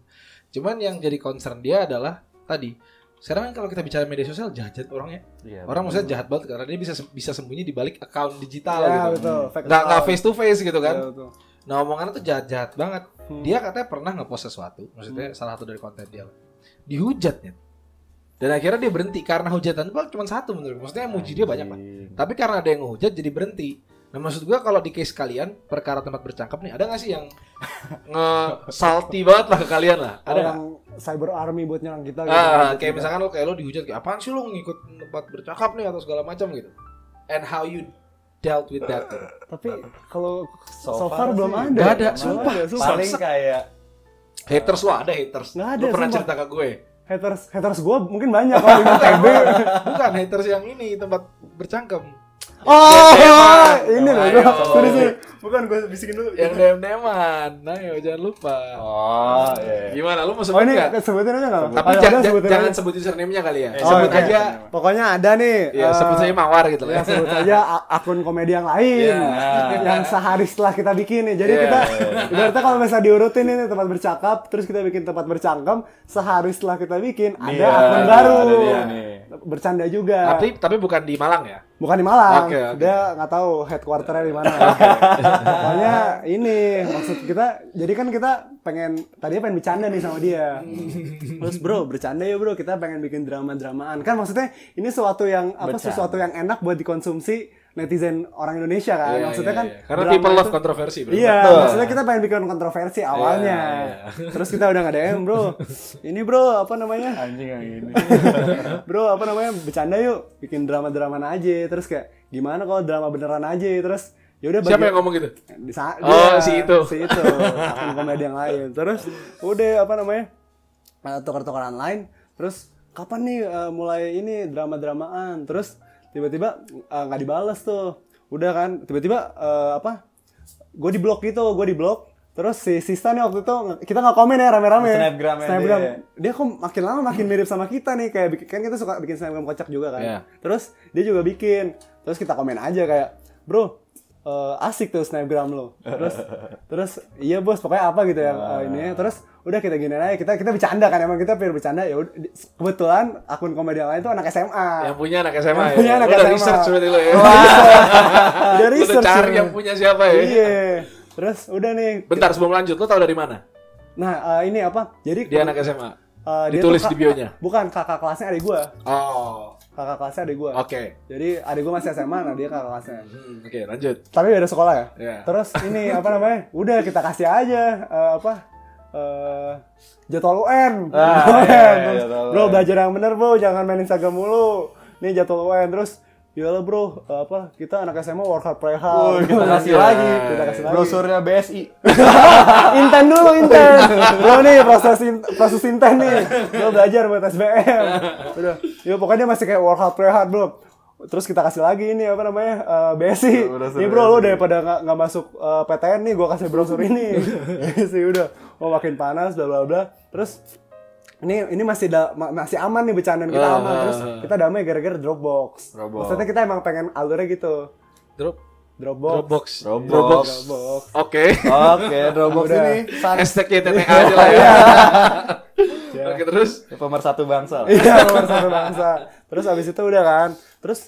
S1: Cuman yang jadi concern dia adalah tadi. Sekarang kan kalau kita bicara media sosial jahat jahat orangnya.
S3: Iya,
S1: Orang maksudnya jahat banget karena dia bisa bisa sembunyi di balik account digital
S2: Ya,
S1: gitu.
S2: betul. Fake
S1: Nggak nggak
S2: account.
S1: face to face gitu
S2: Iya,
S1: kan. Hmm.
S2: betul.
S1: Nah omongannya tuh jahat jahat banget. Dia katanya pernah ngepost sesuatu,
S2: Hmm.
S1: maksudnya salah satu dari konten dia. Dihujatnya. Dan akhirnya dia berhenti karena hujatan itu cuma satu menurut gue. Maksudnya yang muji dia banyak Pak.
S3: Iya.
S1: Tapi karena ada yang ngehujat jadi berhenti. Nah maksud gua kalau di case kalian perkara tempat bercakap nih ada nggak sih yang nge-salty banget lah ke kalian lah? Ada nggak?
S2: Orang cyber army buat nyerang kita. gitu.
S1: Ah, kayak misalkan lo kayak lo dihujat kayak apaan sih lo ngikut tempat bercakap nih atau segala macam gitu. And how you dealt with that? gitu.
S2: Tapi kalau so,
S3: So
S2: far
S3: far
S2: belum
S3: sih.
S2: ada.
S1: Nggak ada,
S2: Belum
S1: sumpah.
S2: ada,
S3: Paling kayak
S1: Haters lo ada haters.
S2: Nggak ada,
S1: Lo pernah
S2: sumpah.
S1: cerita ke gue.
S2: Haters haters gue mungkin banyak
S1: Oh,
S2: kalau di TB.
S1: Bukan haters yang ini tempat bercangkem.
S2: Oh,
S1: iya, Deman.
S2: ini loh.
S1: Ayo.
S2: Sorry, sorry. Bukan gue bisikin dulu.
S1: Yang dem-deman. Ayo jangan lupa.
S3: oh iya.
S1: Gimana lo mau
S2: Oh
S1: sebut
S2: ini
S1: nggak?
S2: sebutin aja nggak?
S1: Tapi
S2: Ayo,
S1: jangan
S2: udah, sebutin
S1: jangan
S2: aja.
S1: sebut username-nya kali ya.
S3: Eh,
S1: sebut
S2: oke.
S1: aja
S2: Pokoknya ada nih.
S1: ya
S2: eh,
S1: sebut saya mawar gitu
S2: ya
S1: lah.
S2: sebut aja a- akun komedi yang lain
S3: Ya.
S2: yang sehari setelah kita bikin nih jadi
S1: Ya,
S2: kita
S1: ya,
S2: ibaratnya kalau misalnya diurutin ini tempat bercakap terus kita bikin tempat bercangkem sehari setelah kita bikin ada
S3: Nih,
S2: akun
S3: ada
S2: baru
S3: dia nih.
S2: bercanda juga
S1: tapi tapi bukan di Malang ya.
S2: bukan di Malang
S1: Oke, oke.
S2: dia nggak tahu headquarternya di mana soalnya ini maksud kita jadi kan kita pengen tadinya pengen bercanda nih sama dia terus bro bercanda ya bro kita pengen bikin drama dramaan kan maksudnya ini sesuatu yang apa
S3: Bercanda.
S2: sesuatu yang enak buat dikonsumsi netizen orang Indonesia kan
S1: Iya,
S2: maksudnya
S1: iya,
S2: kan
S1: iya. karena
S2: drama
S1: people love
S2: itu-
S1: kontroversi. bro.
S2: Iya,
S3: Betul.
S2: maksudnya kita pengen bikin kontroversi awalnya. Terus kita udah nggak DM, bro. Ini bro, apa namanya?
S3: Anjing yang ini.
S2: bro apa namanya bercanda yuk bikin drama drama aja terus kayak gimana kalau drama beneran aja terus yaudah
S1: Siapa
S2: bagi-
S1: yang ngomong gitu?
S2: di sa- iya,
S1: Oh, si itu.
S2: si itu akun komedi yang lain terus udah apa namanya tukar tukaran lain terus kapan nih eh, mulai ini drama dramaan terus tiba-tiba eh, nggak dibales tuh udah kan tiba-tiba eh, apa gue di blok gitu gue di blok terus si Sista nih waktu itu nge- kita nggak komen ya rame-rame
S3: Snapgram-nya
S2: Snapgram.
S3: dia.
S2: dia kok makin lama makin mirip sama kita nih kayak bikin- kan kita suka bikin snapgram kocak juga kan
S1: Iya.
S2: terus dia juga bikin terus kita komen aja kayak bro eh, asik tuh snapgram lo terus terus iya bos pokoknya apa gitu ya ini terus udah kita gini aja kita kita bercanda kan emang kita pure bercanda ya udah, di- kebetulan akun komedi yang lain tuh anak SMA
S1: Yang punya anak SMA.
S2: Yang punya
S1: ya.
S2: anak
S1: Lo Udah
S2: SMA.
S1: research berarti lo ya.
S2: dia
S1: Lo Udah
S2: research
S1: cari
S2: ya.
S1: yang punya siapa ya.
S2: iya terus udah nih
S1: Bentar sebelum lanjut, lo tau dari mana?
S2: nah eh, ini apa jadi
S1: Dia anak SMA.
S2: eh, dia
S1: Ditulis di
S2: tuh ka-
S1: bionya.
S2: bukan kakak kelasnya adik gua
S1: Oh,
S2: kakak kelasnya adik gua
S1: oke.
S2: Jadi adik gue masih SMA, nah dia kakak kelasnya.
S1: Hmm, oke, lanjut.
S2: Tapi beda sekolah ya.
S1: Iya.
S2: Terus ini apa namanya? Udah kita kasih aja eh, apa? eh jadwal UN.
S3: Ah,
S2: Jadwal
S3: iya,
S2: UN.
S3: iya,
S2: Terus,
S3: jadwal
S2: bro
S3: UN.
S2: belajar yang bener bro, jangan main Instagram mulu. Nih jadwal UN terus ya lo bro, eh, apa kita anak SMA work hard play hard.
S3: Woi, kita kasih
S2: lagi,
S1: lagi.
S2: kita kasih lagi.
S3: Brosurnya BSI.
S2: Inten dulu inten. Bro nih proses in- proses inten nih. Bro belajar buat SBM. Udah. Ya pokoknya masih kayak work hard play hard, Bro. Terus kita kasih lagi ini apa namanya? eh, BSI.
S3: Brosur
S2: Ini bro
S3: BSI.
S2: lu daripada nggak nggak masuk eh, PTN ya nih gua kasih brosur ini. BSI udah. Oh makin panas bla bla bla. Terus ini ini masih da- ma- masih aman nih bercandaan kita
S1: Ah,
S2: aman terus
S1: ah, ah.
S2: kita damai gara-gara Dropbox.
S3: Dropbox.
S2: Maksudnya kita emang pengen alurnya gitu.
S1: Drop
S2: Dropbox.
S1: Dropbox.
S3: Dropbox.
S2: Dropbox.
S1: Oke.
S3: Oke, Dropbox
S2: Udah.
S3: ini san-
S1: Hashtag YTTA aja lah ya. Iya. Oke terus.
S3: pemersatu bangsa. lah.
S2: Iya, nomor satu bangsa. Terus abis itu udah kan. Terus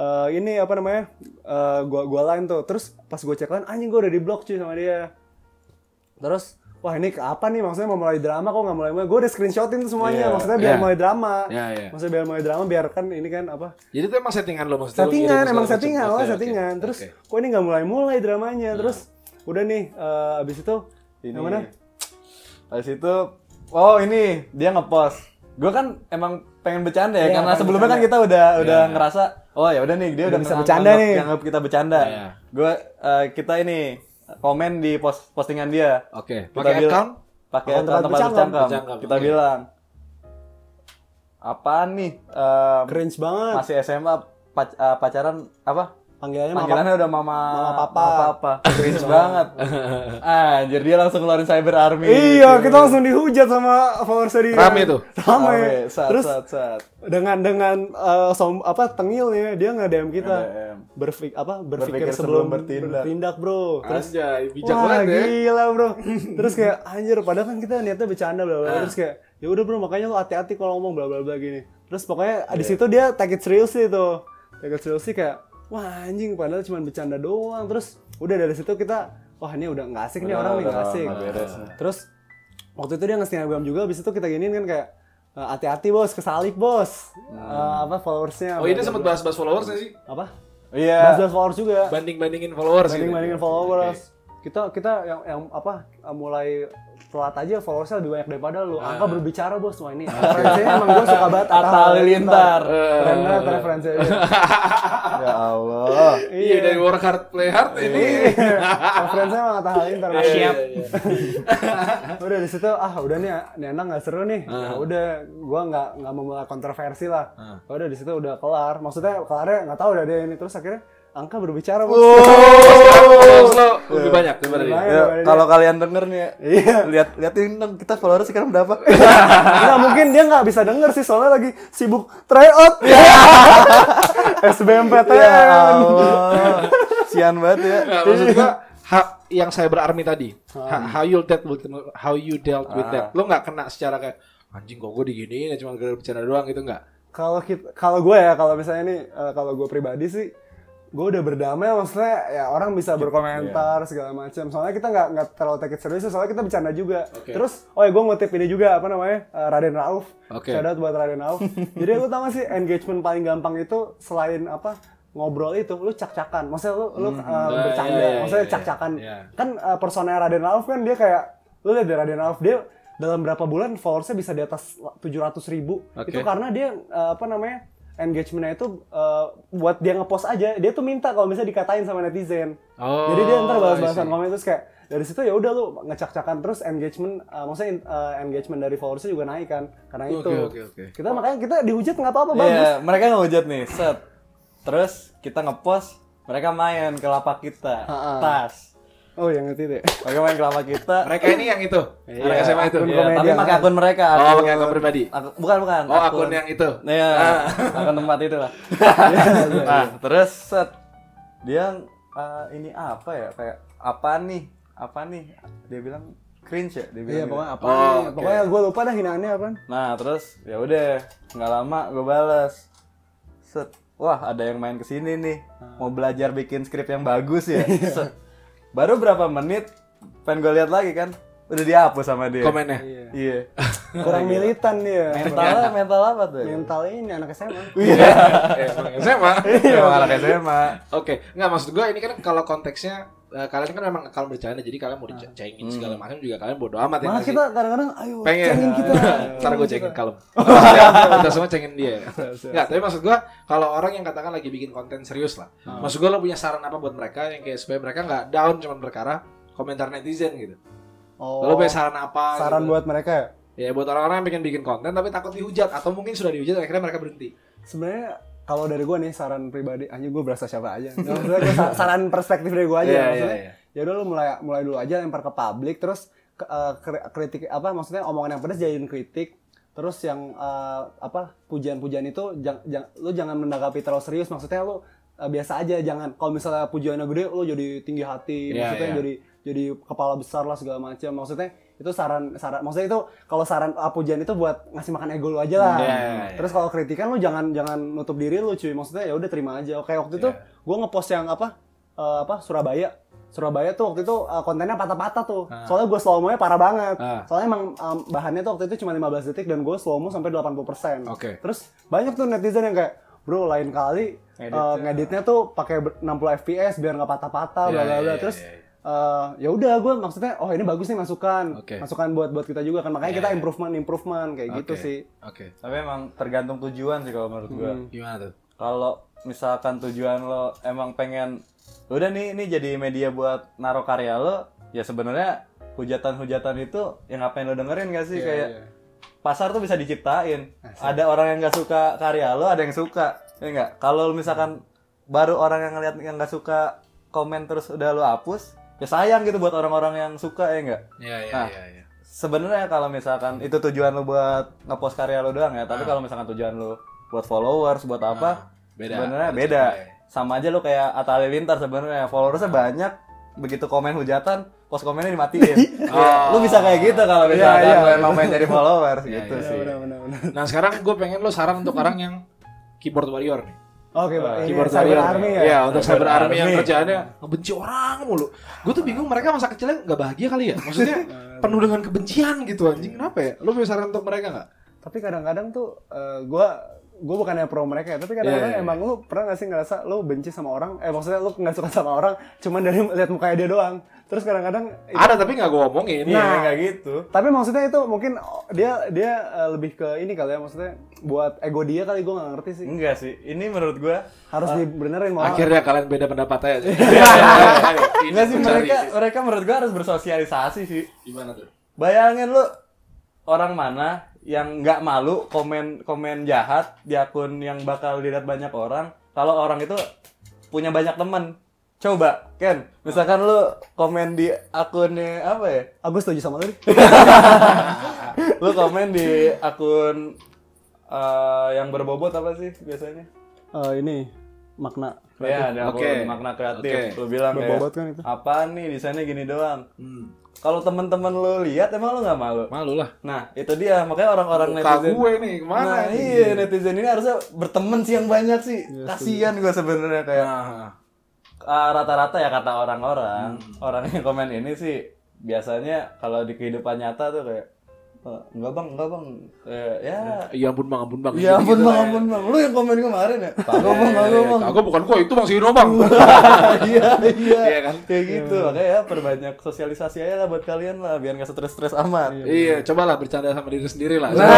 S2: eh, ini apa namanya? Eh, gua gua lain tuh. Terus pas gua cek lain anjing gua udah di blok cuy sama dia. Terus wah ini ke apa nih maksudnya mau mulai drama kok nggak mulai mulai gue udah screenshotin tuh semuanya
S3: Iya,
S2: maksudnya biar
S1: iya.
S2: mulai drama
S1: Iya, iya.
S2: maksudnya biar mulai drama biar kan ini kan apa
S1: Jadi itu emang settingan lo gitu, maksudnya? lo ngirim
S2: settingan
S1: segala
S2: emang
S1: macam.
S2: settingan
S1: Oke,
S2: awalnya
S1: oke,
S2: settingan terus
S1: oke.
S2: kok ini nggak mulai mulai dramanya terus udah nih eh, abis itu
S3: Ini.
S2: yang mana
S3: Habis itu oh ini dia ngepost. Gue kan emang pengen bercanda ya
S2: Iya,
S3: karena
S2: pengen
S3: sebelumnya kan kita udah
S1: Iya,
S3: udah ngerasa oh ya udah nih dia udah
S2: bisa
S3: ngang-
S2: bercanda
S3: nganggap-
S2: nih.
S3: nganggap kita bercanda.
S1: Iya.
S3: Gue eh, kita ini komen di post postingan dia.
S1: Oke.
S3: Kita
S1: Pakai
S3: bilang-
S1: account?
S3: pakai
S2: Akun
S3: tempat
S2: tempat
S3: bercangkam.
S1: Bercangkam,
S3: Kita
S1: oke.
S3: bilang apaan nih eh,
S2: cringe banget
S3: masih SMA pac- eh, pacaran apa
S2: panggilannya Iya, mama-
S3: panggilannya udah mama
S2: Mama papa. Iya.
S3: papa. cringe banget anjir dia langsung keluarin cyber army
S2: iya kita langsung dihujat sama followers dia
S1: Rame tuh.
S2: rame
S3: saat,
S2: ya. terus
S3: saat, saat.
S2: dengan dengan eh, som, apa tengilnya dia nggak DM kita
S3: DM.
S2: berfik apa berpikir,
S3: Berpikir
S2: sebelum,
S3: sebelum bertindak.
S2: bro terus
S1: Anjay, bijak
S2: Wah,
S1: banget ya.
S2: gila bro. Terus kayak anjir padahal kan kita niatnya bercanda bla bla. bla. Terus kayak ya udah bro makanya lo hati-hati kalau ngomong bla bla bla gini. Terus pokoknya di situ dia take it seriously tuh. Take it seriously kayak wah anjing padahal cuma bercanda doang. Terus udah dari situ kita wah ini udah nggak asik nih
S3: Udah,
S2: orang nih nggak
S3: udah,
S2: asik.
S3: nggak beres nih.
S2: Terus waktu itu dia nge-snapgram juga habis itu kita giniin kan kayak "Eh, hati-hati bos kesalip bos Eh, apa
S1: Oh
S2: followersnya bla,
S1: ini
S2: bla,
S1: sempat
S2: bla."
S1: bahas-bahas followers nggak sih?
S2: apa
S3: iya
S2: bahas followers juga
S1: Banding-bandingin followers gitu.
S2: banding-bandingin followers. Kita kita yang yang apa mulai telat aja followersnya lebih banyak daripada lu.
S1: Ah.
S2: Angka berbicara bos wah ini. Referensinya emang gue suka banget
S3: Atta Halilintar.
S2: Keren
S1: Eh.
S2: banget referensinya. dia.
S3: ya Allah
S1: Iya, dari work hard play hard ini.
S2: referensinya emang Atta Halilintar. kan?
S1: Iya, iya, iya.
S2: udah di situ ah udah nih nih anak nggak seru nih.
S1: Ah.
S2: Ya udah gua nggak nggak mau mulai kontroversi lah.
S1: Ah.
S2: Udah di situ udah kelar. Maksudnya kelarnya nggak tahu udah dia ini terus akhirnya angka berbicara bos.
S1: Oh. Followers lo lebih banyak daripada
S2: Lebih
S1: dia.
S2: banyak.
S3: Ya, kalau kalian denger nih iya. lihat liatin dong kita followers sekarang berapa
S2: Nah mungkin dia nggak bisa denger sih soalnya lagi sibuk tryout.
S3: ya
S2: SBMPTN.
S3: Allah sian banget ya
S1: Nah, maksud gua ha- yang cyber army tadi, ha- how you dealt with how you dealt with that. Lo nggak kena secara kayak anjing kok gue diginiin ya cuma gara-gara bercanda doang gitu nggak?
S2: Kalau kita, kalau gue ya, kalau misalnya nih, eh, kalau gue pribadi sih, gue udah berdamai, maksudnya ya orang
S1: Iya.
S2: bisa berkomentar segala macam. Soalnya kita nggak nggak terlalu take it serious, soalnya kita bercanda juga. Terus, oh ya gue ngutip ini juga apa namanya eh, Raden Rauf.
S1: Oke.
S2: Shout out buat Raden Rauf. Jadi lu tau gak sih engagement paling gampang itu selain apa ngobrol itu lu cak-cakan maksudnya lu lu eh,
S1: Hmm.
S2: bercanda
S1: iya, iya,
S2: maksudnya
S1: iya,
S2: cak-cakan
S1: iya.
S2: kan eh, personanya Raden Rauf kan dia kayak lu lihat dari Raden Rauf dia dalam berapa bulan followersnya bisa di atas 700 ribu
S1: Oke.
S2: itu karena dia eh, apa namanya engagementnya itu eh, buat dia ngepost aja dia tuh minta kalau misalnya dikatain sama netizen
S1: Oh,
S2: jadi dia ntar
S1: I
S2: balas-balasan
S1: see.
S2: komen terus kayak dari situ ya udah lu ngecak-cakan terus engagement eh, maksudnya eh, engagement dari followersnya juga naik kan karena
S1: Oke,
S2: itu
S1: oke, oke.
S2: kita makanya kita dihujat nggak apa-apa bagus
S3: Iya, mereka ngehujat nih, set. Terus kita ngepost, mereka main ke lapak kita,
S2: Ha-ha.
S3: tas.
S2: oh yang ngerti deh
S3: Mereka main ke lapak kita.
S1: Mereka ini yang itu, anak
S3: Iya,
S1: SMA itu.
S2: akun
S3: Iya,
S2: komedian
S3: tapi pakai
S2: kan?
S3: akun mereka.
S1: Oh,
S3: akun-
S1: pakai akun pribadi.
S3: aku- bukan, bukan.
S1: Oh, akun yang itu. Ah.
S3: Iya, akun tempat itu lah. nah, terus set dia eh, ini apa ya? Kayak apa nih? Apa nih? Dia bilang cringe ya, dia bilang.
S2: iya
S3: gitu.
S2: pokoknya apa
S1: Oh, oke.
S2: pokoknya gue lupa dah hinaannya apa
S3: Nah terus ya udah nggak lama gue balas. Set, wah ada yang main kesini nih,
S2: Ah.
S3: mau belajar bikin skrip yang bagus ya. Set. Baru berapa menit, pengen gue lihat lagi kan, udah dihapus sama dia.
S1: Komennya.
S2: Iya.
S3: Iya.
S2: kurang militan dia
S3: Mentalnya mental apa tuh?
S2: mental ini anak SMA
S1: Eh, emang SMA.
S3: Iya, anak SMA.
S1: Oke, nggak maksud gue ini kan kalau konteksnya eh, kalian kan memang kalau bercanda jadi kalian mau dicengin segala macam juga kalian bodo amat ya.
S2: malah
S1: nggak sih?
S2: kita kadang-kadang ayo
S1: pengen
S2: cengin kita
S1: ntar gue cengin kalem kita semua cengin dia nggak tapi maksud gue kalau orang yang katakan lagi bikin konten serius lah maksud gue lo punya saran apa buat mereka yang kayak supaya mereka nggak down cuman perkara komentar netizen gitu
S2: oh,
S1: lo punya saran apa
S2: saran
S1: gitu?
S2: buat mereka ya
S1: ya buat orang-orang yang pengen bikin konten tapi takut dihujat atau mungkin sudah dihujat akhirnya mereka berhenti
S2: sebenarnya kalau dari gue nih saran pribadi hanya gue berasa siapa aja Nggak, maksudnya gua sa- saran perspektif dari gue aja
S1: Iya,
S2: maksudnya
S1: iya,
S2: ya udah lu mulai mulai dulu aja lempar ke publik terus ke- eh, kri- kritik apa maksudnya omongan yang pedas jadiin kritik terus yang eh, apa pujian-pujian itu jang, jang- lu jangan menanggapi terlalu serius maksudnya lu eh, biasa aja jangan kalau misalnya pujiannya gede lu jadi tinggi hati
S1: Iya,
S2: maksudnya
S1: iya.
S2: jadi jadi kepala besar lah segala macam maksudnya itu saran saran maksudnya itu kalau saran eh, pujian itu buat ngasih makan ego lu aja lah
S1: Iya, iya, iya.
S2: terus kalau kritikan lu jangan jangan nutup diri lu cuy maksudnya ya udah terima aja oke waktu itu
S1: Iya.
S2: gue ngepost yang apa eh, apa Surabaya Surabaya tuh waktu itu eh, kontennya patah-patah tuh
S1: Ah.
S2: soalnya gue slow mo-nya parah banget
S1: Ah.
S2: soalnya emang em, bahannya tuh waktu itu cuma 15 detik dan gue slow mo sampai 80 persen
S1: Oke.
S2: terus banyak tuh netizen yang kayak bro lain kali eh,
S3: Editnya.
S2: ngeditnya tuh pakai ber- 60 fps biar nggak patah-patah
S1: Iya,
S2: bla bla
S1: iya,
S2: bla
S1: iya,
S2: terus
S1: iya, iya.
S2: eh, ya udah gue maksudnya oh ini bagus nih masukan
S1: Oke.
S2: masukan buat buat kita juga kan makanya
S1: Iya,
S2: kita
S1: iya.
S2: improvement improvement kayak gitu
S1: Oke.
S2: sih
S1: Oke.
S3: Tapi emang tergantung tujuan sih kalau menurut gua.
S2: Hmm.
S1: Gimana tuh?
S3: Kalau misalkan tujuan lo emang pengen udah nih ini jadi media buat naruh karya lo, ya sebenarnya hujatan-hujatan itu yang ngapain lo dengerin gak sih kayak pasar tuh bisa diciptain. Ada orang yang nggak suka karya lo, ada yang suka. Ya enggak? Kalau misalkan baru orang yang ngeliat yang nggak suka komen terus udah lo hapus, ya sayang gitu buat orang-orang yang suka ya enggak?
S1: Iya, iya,
S3: Nah.
S1: iya, iya.
S3: Sebenarnya kalau misalkan itu tujuan lo buat ngepost karya lo doang ya, tapi
S1: Ah.
S3: kalau misalkan tujuan lo buat followers, buat apa?
S1: beda.
S3: Sebenarnya
S1: Ada
S3: beda.
S1: caranya.
S3: Sama aja lo kayak Atta Halilintar sebenarnya followersnya banyak, begitu komen hujatan, post komennya dimatiin.
S1: Ah.
S3: Lo bisa kayak gitu kalau
S1: Iya,
S3: misalkan
S1: iya.
S3: lo emang pengen jadi followers
S1: Iya,
S3: gitu
S1: iya.
S3: sih.
S1: Nah, sekarang gue pengen lo saran untuk orang yang keyboard warrior nih.
S2: Oke, Pak. Ini
S1: Ah, Keyboard
S2: Cyber
S1: warrior.
S2: Army ya.
S1: Iya, untuk cyber,
S3: Cyber
S1: army, yang
S3: army.
S1: kerjaannya ngebenci orang mulu. Gue tuh bingung mereka masa kecilnya nggak bahagia kali ya. Maksudnya penuh dengan kebencian gitu anjing. Kenapa ya? Lo punya saran untuk mereka nggak?
S2: Tapi kadang-kadang tuh eh, gua gue bukannya pro mereka ya, tapi kadang-kadang
S1: Iya, iya,
S2: emang lu pernah gak sih ngerasa lu benci sama orang, eh maksudnya lu nggak suka sama orang, cuman dari lihat mukanya dia doang. Terus kadang-kadang, itu-
S1: Ada tapi nggak gue omongin.
S3: Iya,
S2: Nah.
S3: kayak gitu.
S2: tapi maksudnya itu mungkin oh, dia dia eh, lebih ke ini kali ya, maksudnya buat ego dia kali gue nggak ngerti sih.
S3: Enggak sih. Ini menurut gua
S1: Ah.
S2: Harus dibenerin mau.
S1: Akhirnya kalian beda pendapat aja. Iya, Ini
S3: enggak sih mereka mereka menurut gua harus bersosialisasi sih.
S1: gimana tuh?
S3: Bayangin lu orang mana yang nggak malu komen-komen jahat di akun yang bakal dilihat banyak orang kalau orang itu punya banyak teman. Coba, Ken, misalkan lu komen di akunnya apa ya?
S2: Aku setuju sama lu. nih.
S1: Eh,
S3: Lu komen di akun eh, yang berbobot apa sih biasanya?
S2: Eh, ini makna.
S3: Ya, ada akun
S1: Oke.
S3: makna kreatif.
S1: Oke.
S3: Lu bilang kayak,
S2: Berbobot kan itu.
S3: Apaan nih desainnya gini doang?
S1: Hmm,
S3: Kalau teman-teman lu lihat emang lu nggak malu.
S1: malu lah.
S3: Nah, itu dia makanya orang-orang
S1: Muka
S3: netizen.
S1: gue nih kemana?
S3: Nah,
S1: nih?
S3: iya netizen ini harusnya berteman sih yang banyak Iya sih. Kasihan gue sebenarnya kayak
S1: Nah,
S3: ah, rata-rata ya kata orang-orang, orang yang komen ini sih biasanya kalau di kehidupan nyata tuh kayak "Eh, enggak bang, enggak bang. Kayak, ya,
S1: ya ampun bang, ampun bang.
S3: ya ampun bang, ampun bang. Lu yang komen kemarin ya? Kagak bang, kagak bang.
S1: Aku bukan gue, itu bang Sino bang.
S3: Iya, iya.
S1: Iya kan?
S3: Kayak gitu. Makanya ya perbanyak sosialisasi aja lah buat kalian lah biar nggak stres-stres amat.
S1: Iya, cobalah bercanda sama diri sendiri lah.
S3: Nah,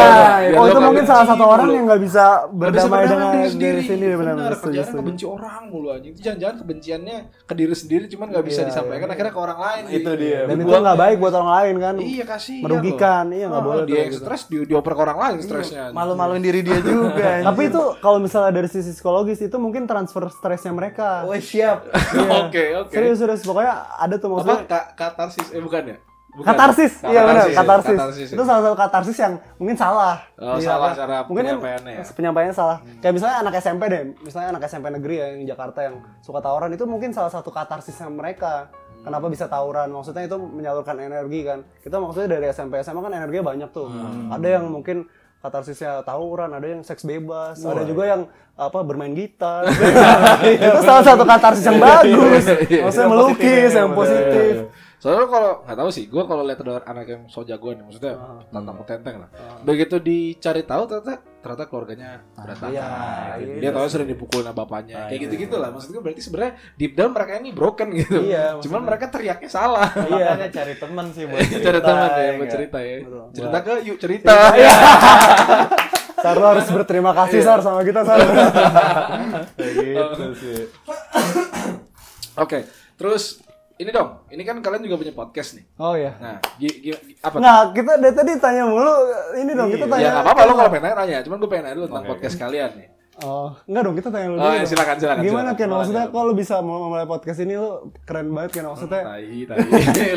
S1: Biar
S2: Oh
S1: lo nggak
S2: itu mungkin
S1: benci
S2: salah satu
S1: mulu.
S2: orang ya. yang nggak bisa
S1: Nggak bisa
S2: berdamai dengan
S1: diri
S2: diri sendiri benar.
S1: Benar,
S2: Setuju,
S1: kerjaan
S2: setuju.
S1: kebenci orang mulu anjing. Itu jangan-jangan kebenciannya ke diri sendiri cuman nggak
S2: Iya,
S1: bisa disampaikan akhirnya ke orang lain.
S3: Itu
S1: Di-
S3: dia.
S2: Dan itu
S1: Dibuang.
S2: nggak baik buat orang lain kan.
S1: Iya, kasihan.
S2: Merugikan,
S1: loh.
S2: iya, nggak
S1: Ah, Dia
S2: boleh tuh
S1: yang
S2: gitu. Iya,
S1: stres di- dioper ke orang lain stresnya.
S3: Malu-maluin diri dia juga.
S2: Tapi
S3: anjir.
S2: itu kalau misalnya dari sisi psikologis itu mungkin transfer stresnya mereka.
S3: Woi siap.
S2: Iya.
S1: Oke, oke.
S2: Serius serius pokoknya ada tuh
S1: Apa
S2: maksudnya
S1: ka- katarsis eh bukan ya? Bukan.
S2: katarsis. Iya benar,
S1: Katarsis,
S2: katarsis.
S1: katarsis,
S2: Itu
S1: ya.
S2: salah satu katarsis yang mungkin salah.
S1: Oh, salah
S2: kan?
S1: cara
S2: mungkin kan
S1: penyampaiannya ya.
S2: penyampaiannya salah. Kayak misalnya anak SMP deh, misalnya anak SMP negeri ya yang di Jakarta yang suka tawuran itu mungkin salah satu katarsisnya mereka.
S1: Hmm.
S2: Kenapa bisa tawuran? Maksudnya itu menyalurkan energi kan. Kita maksudnya dari SMP SMA kan energinya banyak tuh.
S1: Hmm.
S2: Ada yang mungkin katarsisnya tawuran, ada yang seks bebas, ada juga
S1: iya.
S2: yang apa bermain gitar. itu salah satu katarsis
S1: Iya,
S2: yang bagus. Maksudnya
S3: Yang
S2: melukis
S3: positifnya,
S2: yang positif.
S1: Soalnya lo kalau nggak tahu sih, gue kalau lihat ada anak yang so jagoan, maksudnya tantang tenteng lah. Begitu dicari tahu ternyata ternyata keluarganya berantakan.
S2: iya,
S1: gitu.
S2: iya. Ah,
S1: Dia tahu sering dipukul sama bapaknya. Kayak gitu-gitu lah. Maksud gue berarti sebenarnya deep down mereka ini broken gitu.
S2: Iya,
S1: Cuman mereka teriaknya salah.
S3: Makanya cari teman sih buat cerita.
S1: Cerita teman ya,
S3: enggak?
S1: buat cerita ya.
S2: iya, Betul.
S1: Cerita ke yuk cerita. Iya.
S2: Sar lo harus berterima kasih Sar sama kita Sar.
S1: Gitu
S3: Kayak gitu sih.
S1: Oke, terus ini dong. Ini kan kalian juga punya podcast nih.
S2: Oh iya.
S1: Nah, gi- gi- apa? Iya, tuh?
S2: Nah, kita dari tadi tanya mulu ini dong, kita tanya.
S1: Ya nggak apa-apa lo kalau pengen nanya, cuman gue pengen nanya dulu tentang podcast kalian nih.
S2: Oh, enggak dong kita tanya lu
S1: Oh,
S2: dulu.
S1: ya,
S2: dong.
S1: silakan silakan.
S2: Gimana
S1: silakan.
S2: Ken?
S1: Silakan,
S2: Maksudnya
S1: silakan.
S2: kok lu bisa mau memulai podcast ini lu keren banget Ken maksudnya.
S1: Tahi, tahi.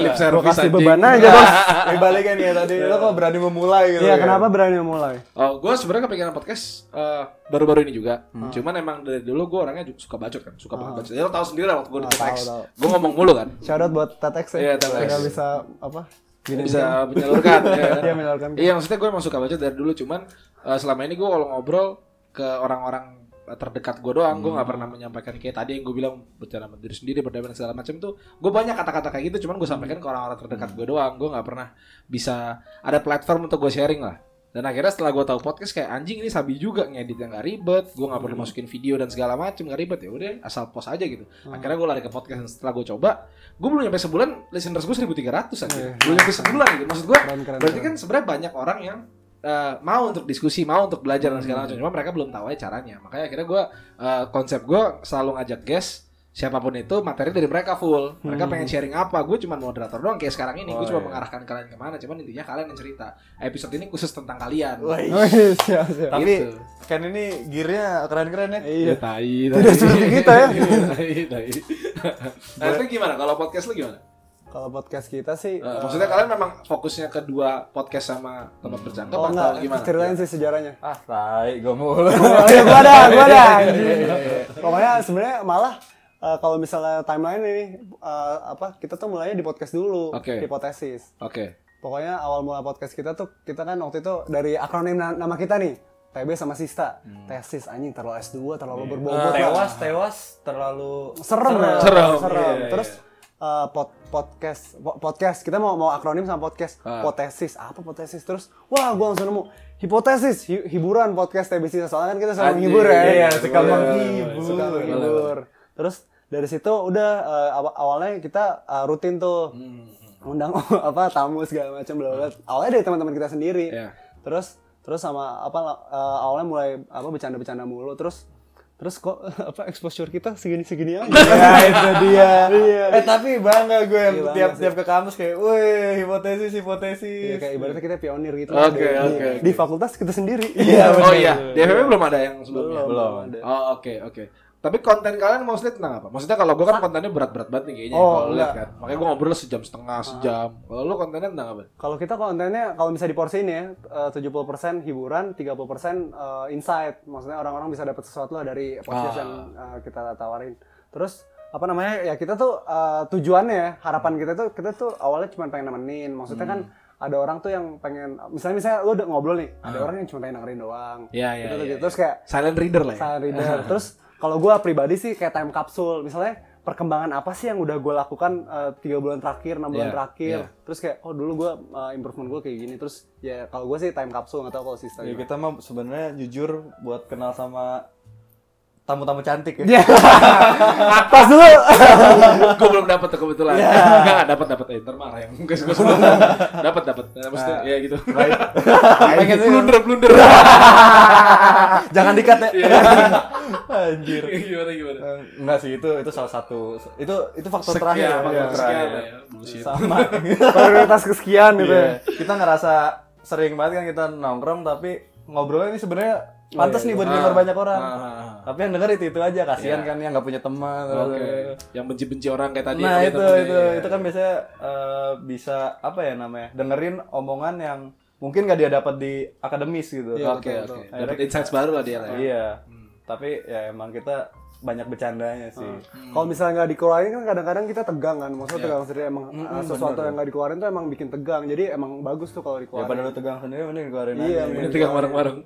S1: Lip
S2: Lu
S1: service
S2: kasih
S1: Oh, anjing.
S2: beban aja bos.
S3: Dibalikin ya tadi lo kok berani memulai gitu.
S2: Iya
S3: kan?
S2: kenapa berani mulai?
S1: Oh, gue sebenarnya kepikiran podcast eh, baru-baru ini juga.
S2: Hmm.
S1: Cuman emang dari dulu gue orangnya juga suka bacot kan, suka banget bacot. Ya lo tau sendiri lah waktu gue di
S2: Ah, tahu,
S1: TEDx,
S2: tahu.
S1: gue ngomong mulu kan.
S2: Shout out buat TEDx ya.
S1: Iya, TEDx.
S2: Udah bisa apa? Gini
S1: Bisa menyalurkan. ya.
S2: Iya, menyalurkan.
S1: Iya, maksudnya gue emang suka bacot dari dulu. Cuman eh, selama ini gue kalau ngobrol ke orang-orang terdekat gue doang, gue nggak pernah menyampaikan kayak tadi yang gue bilang bicara sama diri sendiri, berdamai dan segala macam tuh. Gue banyak kata-kata kayak gitu, cuman gue sampaikan ke orang-orang terdekat gue doang. Gue nggak pernah bisa ada platform untuk gue sharing lah. Dan akhirnya setelah gue tahu podcast kayak anjing ini sabi juga ngeditnya nggak ribet, gue nggak perlu masukin video dan segala macem nggak ribet ya udah asal post aja gitu. Akhirnya gue lari ke podcast dan setelah gue coba, gue belum nyampe sebulan listeners gue 1300 aja, belum nyampe sebulan gitu. Maksud gue
S2: Keren keren.
S1: Berarti kan sebenarnya banyak orang yang eh, mau untuk diskusi, mau untuk belajar dan segala macam. Cuma mereka belum tahu aja caranya. Makanya akhirnya gue konsep gue selalu ngajak guest siapapun itu materi dari mereka full. Mereka pengen sharing apa? Gue cuma moderator doang kayak sekarang ini. Gue
S3: Oh,
S1: cuma
S3: iya.
S1: mengarahkan kalian kemana. Cuman intinya kalian yang cerita. Episode ini khusus tentang kalian.
S3: Wah,
S2: Oh iya siap siap.
S3: Tapi
S1: Gitu.
S3: kan ini gearnya keren-keren ya.
S2: Iya.
S1: tai,
S3: Tidak seperti kita ya.
S1: Nah, itu gimana? Kalau podcast lu gimana?
S2: Kalau podcast kita sih.
S1: Eh, maksudnya kalian memang fokusnya ke dua podcast sama tempat bercakap
S2: Oh
S1: atau
S2: enggak,
S1: gimana?
S2: ceritain sih sejarahnya.
S3: Ah, tai, gue mulu.
S2: Oh, iya, gua ada, gua ada. Pokoknya sebenarnya malah eh, kalau misalnya timeline ini eh, apa kita tuh mulainya di podcast dulu,
S1: Oke.
S2: hipotesis.
S1: Oke.
S2: Pokoknya awal mula podcast kita tuh kita kan waktu itu dari akronim na- nama kita nih, TB sama Sista. Tesis anjing terlalu S2 terlalu
S3: Nah,
S2: berbobot. lah.
S4: tewas tewas terlalu
S2: Serem, ya.
S1: Serem.
S2: Serem.
S1: Iya,
S2: Terus eh, pod- podcast po- podcast kita mau mau akronim sama podcast
S1: Ah.
S2: potesis apa potesis terus wah gua langsung nemu hipotesis hi- hiburan podcast TBC soalnya kan kita selalu
S1: Anjing,
S2: menghibur ya
S1: iya,
S2: suka
S1: boleh,
S2: menghibur
S1: boleh,
S2: suka
S1: boleh,
S2: menghibur terus dari situ udah eh, aw- awalnya kita eh, rutin tuh
S1: Hmm.
S2: undang apa tamu segala macam bla bla bla. awalnya dari teman-teman kita sendiri
S1: Ah. Iya.
S2: terus terus sama apa eh, awalnya mulai apa bercanda-bercanda mulu terus terus kok apa exposure kita segini-segini aja
S3: ya itu dia.
S2: Iya.
S3: Eh tapi bangga gue yang
S2: Iya, bangga
S3: tiap
S2: sih.
S3: tiap ke kampus kayak, weh hipotesis hipotesis.
S2: Iya, kayak ibaratnya kita pionir gitu.
S1: Oke,
S2: Di-
S1: oke,
S2: di-
S1: oke.
S2: Di fakultas kita sendiri.
S1: oh iya, di FFP belum ada yang sebelumnya.
S2: Belum.
S3: Belum.
S2: ada.
S1: Oh oke oke. Tapi konten kalian mostly tentang apa? Maksudnya kalau gue kan kontennya berat-berat banget nih kayaknya.
S2: Oh,
S1: kalau lihat
S2: enggak.
S1: kan. Makanya gue ngobrol sejam setengah, sejam. Kalau lu kontennya tentang apa?
S2: Kalau kita kontennya kalau bisa diporsiin ya, eh, 70% hiburan, 30% eh, insight. Maksudnya orang-orang bisa dapat sesuatu lah dari podcast
S1: Ah.
S2: yang eh, kita tawarin. Terus apa namanya? Ya kita tuh eh, tujuannya ya, harapan
S1: Hmm.
S2: kita tuh kita tuh awalnya cuma pengen nemenin. Maksudnya kan ada orang tuh yang pengen misalnya misalnya lu udah ngobrol nih, ada orang yang cuma pengen dengerin doang.
S1: Ah. Iya, iya,
S2: Gitu-gitu.
S1: iya,
S2: Terus kayak
S1: Silent reader lah ya.
S2: Silent reader. Terus kalau gue pribadi sih kayak time capsule. Misalnya perkembangan apa sih yang udah gue lakukan eh, tiga bulan terakhir, enam bulan
S1: Iya,
S2: terakhir.
S1: iya.
S2: Terus kayak oh dulu gue improvement gue kayak gini. Terus ya kalau gue sih time capsule nggak tahu kalau sistem.
S3: Ya kita mah sebenarnya jujur buat kenal sama tamu-tamu cantik ya.
S2: Pas dulu.
S1: gue belum dapat tuh kebetulan. Enggak enggak dapat dapat eh, ntar marah yang gue gue sebelum dapat dapat. Maksudnya ya gitu. Pengen blunder blunder.
S3: Jangan dikat ya. Anjir.
S1: Gimana gimana?
S3: Eh, Enggak sih itu itu salah satu itu itu faktor
S1: Sekian,
S3: terakhir
S1: faktor
S3: Iya,
S1: sekian
S3: terakhir.
S1: ya. Bullshit.
S3: Sama.
S2: Prioritas kesekian gitu.
S3: Iya.
S2: ya.
S3: Kita ngerasa sering banget kan kita nongkrong tapi ngobrolnya ini sebenarnya pantas nih buat
S1: Ah,
S3: denger banyak orang.
S1: ah, ah, ah.
S3: Tapi yang denger itu itu aja kasihan kan yang nggak punya teman.
S1: Oke. Yang benci-benci orang kayak tadi.
S3: Nah
S1: yang
S3: itu
S1: temennya,
S3: itu
S1: ya.
S3: itu kan biasanya eh, bisa apa ya namanya dengerin omongan yang mungkin gak dia dapat di akademis gitu.
S1: Oke oke.
S3: Betul, betul.
S1: Dapat insights baru lah dia lah. ya.
S3: Iya. Tapi ya emang kita banyak bercandanya sih.
S2: Kalau misalnya nggak dikeluarin kan kadang-kadang kita tegang kan. Maksudnya tegang sendiri emang eh, sesuatu yang nggak dikeluarin tuh emang bikin tegang. Jadi emang bagus tuh kalau dikeluarin.
S3: Daripada lu tegang sendiri mending keluarin
S2: Iya,
S3: aja.
S1: Ini tegang warung-warung.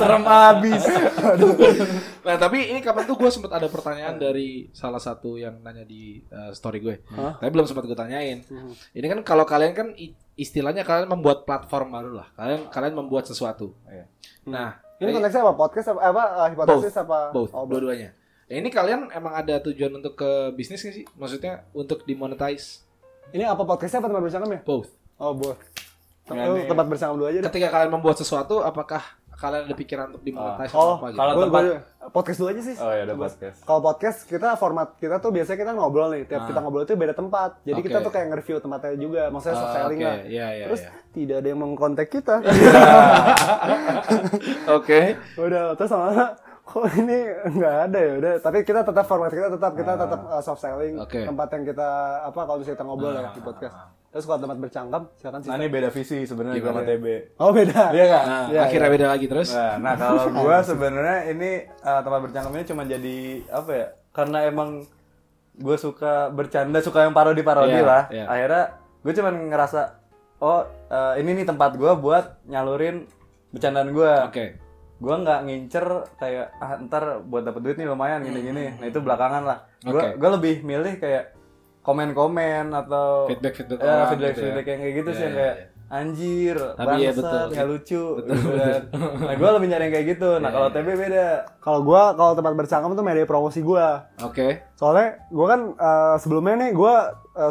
S3: Serem abis.
S1: Nah tapi ini kapan tuh gue sempet ada pertanyaan dari salah satu yang nanya di uh, story gue. Tapi belum sempat gue tanyain.
S2: Hmm.
S1: Ini kan kalau kalian kan i- istilahnya kalian membuat platform baru lah. Kalian kalian membuat sesuatu. Nah
S2: Hmm.
S1: eh,
S2: Ini konteksnya apa? Podcast apa? apa eh, hipotesis apa?
S1: both
S2: Oh, both.
S1: dua-duanya. Nah, ini kalian emang ada tujuan untuk ke bisnis gak sih? Maksudnya untuk dimonetize
S2: Ini apa podcastnya apa tempat bercakap ya?
S1: both.
S2: Oh, both.
S3: Nggak,
S2: Lu
S3: nih.
S2: tempat bersama dulu aja deh.
S1: Ketika kalian membuat sesuatu, apakah kalian ada pikiran untuk dimonetize atau
S2: Oh,
S1: apa gitu?
S4: kalau
S2: Gua-
S4: tempat
S2: gua- podcast dulu aja sih.
S3: Oh, iya, ada
S2: Coba.
S3: podcast.
S2: Kalau podcast kita format kita tuh biasanya kita ngobrol nih. Tiap kita ngobrol itu beda tempat. Jadi kita
S1: Oke.
S2: tuh kayak nge-review tempatnya juga. Maksudnya soft
S1: Ah,
S2: selling
S1: oke.
S2: lah.
S1: Iya, iya,
S2: Terus
S1: iya.
S2: tidak ada yang mengkontak kita.
S1: Oke.
S2: udah terus sama kok ini nggak ada ya udah. Tapi kita tetap format kita tetap kita tetap uh, soft selling.
S1: Oke.
S2: Tempat yang kita apa kalau misalnya kita ngobrol ya di podcast. Terus kalau tempat bercangkem silakan sih.
S3: Nah, ini beda visi sebenarnya gua sama TB.
S2: Oh beda.
S3: Iya nggak?
S1: Nah,
S2: Iya,
S1: akhirnya beda lagi terus.
S3: Nah, nah, kalau gua sebenarnya ini eh, tempat bercangkemnya cuma jadi apa ya? Karena emang gue suka bercanda, suka yang parodi-parodi
S1: Iya,
S3: lah.
S1: iya.
S3: Akhirnya gue cuman ngerasa oh eh, ini nih tempat gua buat nyalurin bercandaan gua
S1: Oke.
S3: Gua nggak ngincer kayak ah, ntar buat dapet duit nih lumayan gini-gini. Nah itu belakangan lah. Gua
S1: Hmm. Oke.
S3: gua lebih milih kayak komen-komen atau
S1: Feedback-feedback
S3: Ya,
S1: orang
S3: feedback
S1: gitu ya.
S3: feedback yang kayak gitu sih
S1: Iya,
S3: yang
S1: iya,
S3: kayak anjir,
S1: Tapi ya, betul. Iya,
S3: bangsat, nggak lucu. gitu kan. Nah gue lebih nyari yang kayak gitu. Nah kalau TB beda.
S2: Iya. Kalau gua kalau tempat bercangkem tuh media promosi gua.
S1: Oke.
S2: Soalnya gue kan eh, sebelumnya nih gue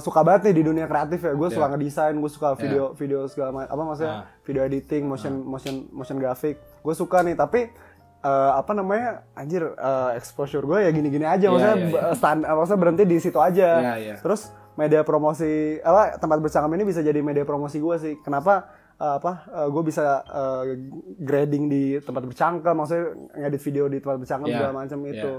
S2: suka banget nih di dunia kreatif ya. Gue
S1: Iya.
S2: suka ngedesain, gue suka video video segala macam apa maksudnya
S1: Ah.
S2: video editing, motion motion motion grafik. Gue suka nih tapi eh, apa namanya anjir eh, exposure gue ya gini-gini aja maksudnya
S1: iya,
S2: b- stand- eh, maksudnya berhenti di situ aja.
S1: Iya, iya.
S2: Terus media promosi apa tempat bercakap ini bisa jadi media promosi gue sih. Kenapa eh, apa gue bisa eh, grading di tempat bercangkem maksudnya ngedit video di tempat bercangkem
S1: Iya,
S2: segala macam itu. gitu.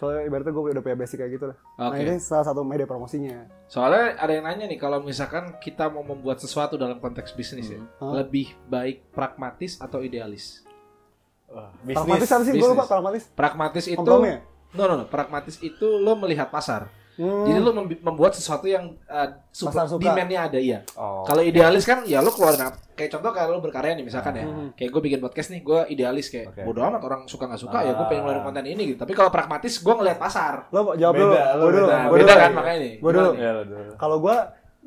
S2: Soalnya ibaratnya gue udah punya basic kayak gitu lah. Nah
S1: Oke.
S2: ini salah satu media promosinya.
S1: Soalnya ada yang nanya nih kalau misalkan kita mau membuat sesuatu dalam konteks bisnis ya,
S2: Hmm. Hah?
S1: lebih baik pragmatis atau idealis?
S2: Pragmatis apa sih? Gue lupa
S1: bisnis.
S2: pragmatis.
S1: Pragmatis itu
S2: Kompromi ya?
S1: No, no, no. Pragmatis itu lo melihat pasar.
S2: Hmm.
S1: Jadi lo membi- membuat sesuatu yang uh,
S2: Pasar suka.
S1: demand-nya ada, iya.
S3: Oh.
S1: Kalau idealis kan ya lo keluar nah, kayak contoh kayak lo berkarya nih misalkan ya.
S2: Hmm.
S1: Kayak gue bikin podcast nih, gue idealis kayak
S3: Oke.
S1: bodo amat orang suka nggak suka ya
S2: Ah.
S1: gue pengen ngeluarin konten ini gitu. Tapi kalau pragmatis gue ngelihat pasar.
S2: Lo mau jawab
S3: Beda,
S2: dulu.
S3: lo
S2: Gue dulu.
S3: beda.
S1: Nah,
S2: Gua
S1: beda
S2: dulu.
S1: kan makanya nih.
S2: Gua dulu.
S1: Gimana nih?
S3: Ya, aduh.
S2: Kalau gue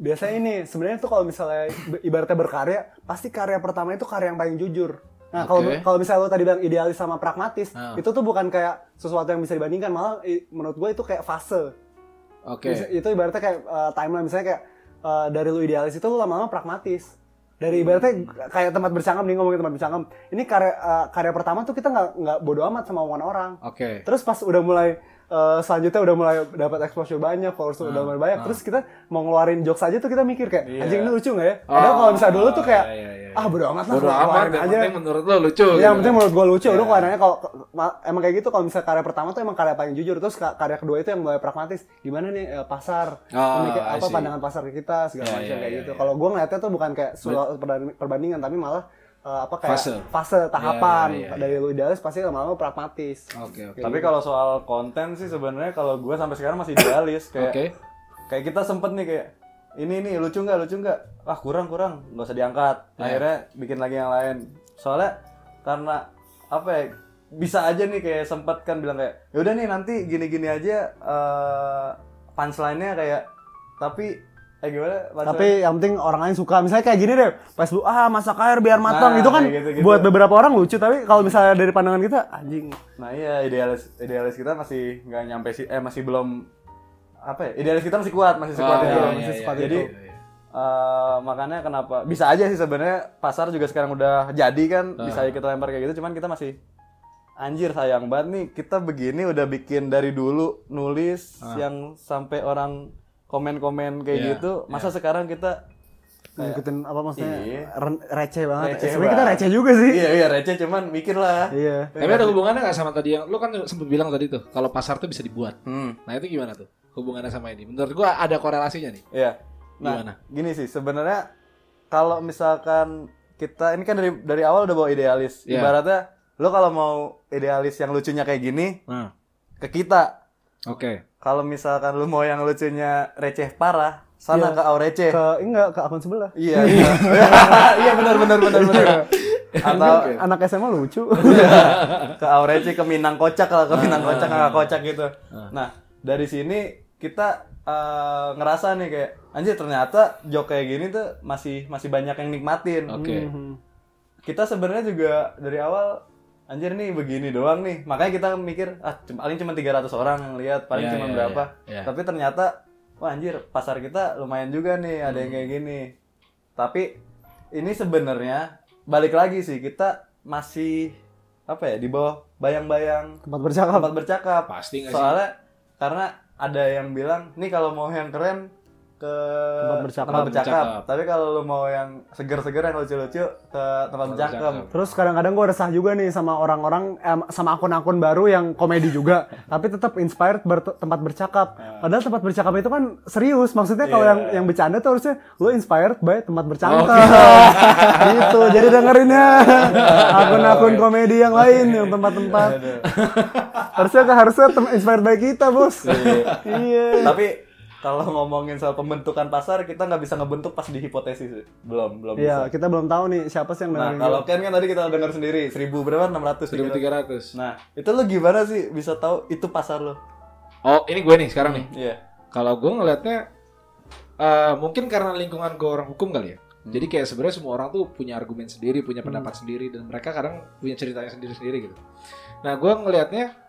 S2: biasanya ini sebenarnya tuh kalau misalnya be- ibaratnya berkarya pasti karya pertama itu karya yang paling jujur. Nah kalau
S1: Oke.
S2: kalau misalnya lo tadi bilang idealis sama pragmatis
S1: Ah.
S2: itu tuh bukan kayak sesuatu yang bisa dibandingkan malah i- menurut gue itu kayak fase.
S1: Oke.
S2: Bisa- Itu ibaratnya kayak uh, timeline misalnya kayak uh, dari lu idealis itu lu lama-lama pragmatis. Dari
S1: Hmm.
S2: ibaratnya kayak tempat bercangkem nih ngomongin tempat bercangkem. Ini karya uh, karya pertama tuh kita nggak nggak bodo amat sama omongan orang.
S1: Oke.
S2: Terus pas udah mulai uh, selanjutnya udah mulai dapat exposure banyak, followers
S1: Hmm.
S2: udah mulai banyak. Terus kita mau ngeluarin jokes aja tuh kita mikir kayak anjing ini lucu nggak ya? Padahal kalau misalnya dulu tuh kayak
S1: Oh. iya, iya, iya.
S2: ah bodo amat lah
S1: Bodo
S2: keluarin
S1: amat yang
S2: aja.
S1: penting menurut lo lucu.
S2: Iya, yang
S1: gitu.
S2: penting menurut gue lucu, udah keluarannya kalau ma- emang kayak gitu kalau misalnya karya pertama tuh emang karya paling jujur terus ka- karya kedua itu yang mulai pragmatis. Gimana nih eh, pasar?
S1: Ah,
S2: Ini kayak
S1: I
S2: apa
S1: see.
S2: pandangan pasar ke kita
S1: Iya,
S2: segala macam
S1: iya,
S2: kayak
S1: iya,
S2: gitu.
S1: iya.
S2: Kalau gue ngeliatnya tuh bukan kayak surat perdan- perbandingan tapi malah eh, apa kayak
S1: Fase.
S2: fase, tahapan
S1: Iya, iya, iya,
S2: dari lu idealis pasti lama-lama pragmatis. gitu.
S1: Oke, oke.
S3: Tapi kalau soal konten sih sebenarnya kalau gue sampai sekarang masih idealis
S2: Iya.
S3: kayak
S1: Oke.
S3: kayak kita sempet nih kayak ini nih lucu nggak lucu nggak ah kurang kurang nggak usah diangkat Nah, akhirnya bikin lagi yang lain soalnya karena apa ya bisa aja nih kayak sempet kan bilang kayak yaudah nih nanti gini-gini aja eh punchline-nya kayak tapi eh gimana
S2: Tapi yang penting orang lain suka. Misalnya kayak gini deh, pas lu ah masak air biar matang
S3: Nah,
S2: itu kan
S3: kayak gitu-gitu.
S2: buat beberapa orang lucu tapi kalau misalnya dari pandangan kita anjing.
S3: Nah iya idealis idealis kita masih nggak nyampe sih eh masih belum apa ya idealis kita masih kuat masih
S1: Ah,
S3: sekuat itu
S1: iya,
S3: masih
S1: iya,
S3: sekuat
S1: iya,
S3: jadi
S1: iya, iya.
S3: eh, makanya kenapa bisa aja sih sebenarnya pasar juga sekarang udah jadi kan
S1: Nah.
S3: bisa aja kita lempar kayak gitu cuman kita masih anjir sayang banget nih kita begini udah bikin dari dulu nulis yang sampai orang komen-komen
S1: Ah.
S3: kayak
S1: Iya,
S3: gitu masa sekarang kita
S2: ngikutin apa maksudnya
S3: Iya.
S2: ren- receh banget.
S3: Receh
S2: Sebenarnya kita
S3: banget.
S2: receh juga sih.
S3: iya iya receh cuman mikir lah
S2: Iya.
S1: Tapi ada hubungannya nggak sama tadi yang lo kan sempat bilang tadi tuh kalau pasar tuh bisa dibuat.
S3: Hmm,
S1: Nah itu gimana tuh hubungannya sama ini? Menurut gua ada korelasinya nih.
S3: iya nah
S1: Gimana?
S3: gini sih sebenarnya kalau misalkan kita ini kan dari dari awal udah bawa idealis
S1: Iya.
S3: ibaratnya lo kalau mau idealis yang lucunya kayak gini
S1: Nah,
S3: ke kita
S1: oke.
S3: kalau misalkan lu mau yang lucunya receh parah sana
S2: Iya.
S3: ke
S4: Eh.
S3: Aurece
S2: Ke enggak ke akun sebelah.
S3: iya iya iya benar benar benar benar atau
S4: Iya.
S2: Anak SMA lucu.
S3: ke Aurece ke Minang Kocak lah ke
S1: Ah.
S3: Minang Kocak nggak Kocak gitu nah dari sini kita eh, ngerasa nih kayak anjir ternyata joke kayak gini tuh masih masih banyak yang nikmatin
S1: Oke.
S3: kita sebenarnya juga dari awal anjir nih begini doang nih makanya kita mikir ah c- paling cuma 300 orang yang lihat paling
S1: Iya,
S3: cuma
S1: iya,
S3: berapa
S1: iya, iya.
S3: tapi ternyata wah anjir pasar kita lumayan juga nih ada yang kayak gini tapi ini sebenarnya balik lagi sih kita
S4: masih apa ya di bawah bayang-bayang
S2: tempat bercakap
S4: tempat bercakap.
S1: Pasti nggak sih?
S4: Soalnya karena ada yang bilang, nih kalau mau yang keren ke
S2: Tempat bercakap."
S4: tempat bercakap.
S1: Bercakap.
S4: Tapi kalau lu mau yang seger-seger yang lucu-lucu ke tempat bercakap.
S1: bercakap.
S2: Terus kadang-kadang gue resah juga nih sama orang-orang em, sama akun-akun baru yang komedi juga, tapi tetap inspired ber- tempat bercakap.
S4: Ah.
S2: Padahal tempat bercakap itu kan serius, maksudnya
S4: Iya.
S2: kalau yang yang bercanda tuh harusnya lo inspired by tempat
S4: Oh,
S2: bercakap.
S4: iya.
S2: gitu. Jadi dengerin ya
S4: Iya.
S2: akun-akun komedi yang lain yang tempat-tempat. harusnya harusnya tem- inspired by kita, Bos. Iya.
S4: Tapi kalau ngomongin soal pembentukan pasar, kita nggak bisa ngebentuk pas di hipotesis. Belum, belum
S2: Iya,
S4: bisa.
S2: kita belum tahu nih siapa sih yang
S4: Nah,
S2: dengerin.
S4: kalau Ken kan tadi kita dengar sendiri, 1000 berapa? 600.
S1: 1300.
S4: Nah, itu lu gimana sih bisa tahu itu pasar lu?
S1: Oh, ini gue nih sekarang nih.
S4: Iya.
S1: Kalau gue ngelihatnya eh, mungkin karena lingkungan gue orang hukum kali ya.
S2: Hmm.
S1: Jadi kayak sebenarnya semua orang tuh punya argumen sendiri, punya pendapat sendiri dan mereka kadang punya ceritanya sendiri-sendiri gitu. Nah, gue ngelihatnya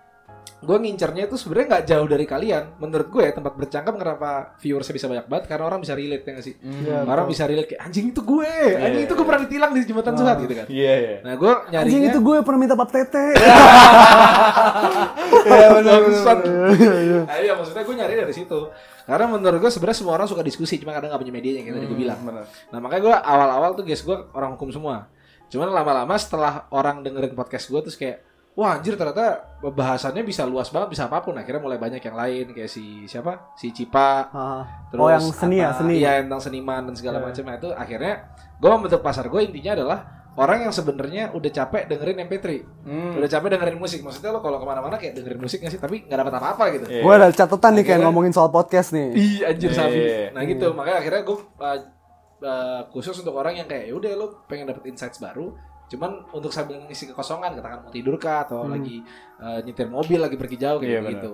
S1: gue ngincernya itu sebenarnya nggak jauh dari kalian. Menurut gue ya tempat bercakap kenapa viewersnya bisa banyak banget karena orang bisa relate ya nggak sih?
S2: Iya,
S1: orang bisa relate kayak anjing itu gue, anjing itu gue pernah ditilang di jembatan Suhat gitu kan.
S4: Iya, iya.
S1: Nah, gue nyarinya
S2: Ah. Anjing itu gue pernah minta pap tete.
S1: Iya benar. Nah, iya maksudnya gue nyari dari situ. Karena menurut gue sebenarnya semua orang suka diskusi, cuma kadang nggak punya medianya kayak tadi gue bilang. Nah makanya gue awal-awal tuh guys gue orang hukum semua. Cuman lama-lama setelah orang dengerin podcast gue terus kayak Wah anjir ternyata bahasannya bisa luas banget bisa apapun akhirnya mulai banyak yang lain kayak si siapa si Cipa terus
S2: Oh, yang seni ya,
S1: apa-
S2: seni. Iya.
S1: iya, tentang seniman dan segala macam nah itu akhirnya gue membentuk pasar gue intinya adalah orang yang sebenarnya udah capek dengerin MP3
S4: Hmm.
S3: Hmm.
S1: udah capek dengerin musik maksudnya lo kalau kemana-mana kayak dengerin musik nggak sih tapi nggak dapat apa-apa gitu
S4: Iya.
S2: Gue ada catatan nih kayak
S1: Akhirnya-
S2: ngomongin soal podcast nih.
S1: Ih anjir
S4: Iya,
S1: sapi.
S4: iya, iya.
S1: Nah gitu, makanya akhirnya gue khusus untuk orang yang kayak "Ya udah lo pengen dapet insights baru, cuman untuk sambil ngisi kekosongan, katakan mau tidur kah atau lagi eh, nyetir mobil, lagi pergi jauh kayak
S4: Hmm. Iya,
S1: gitu.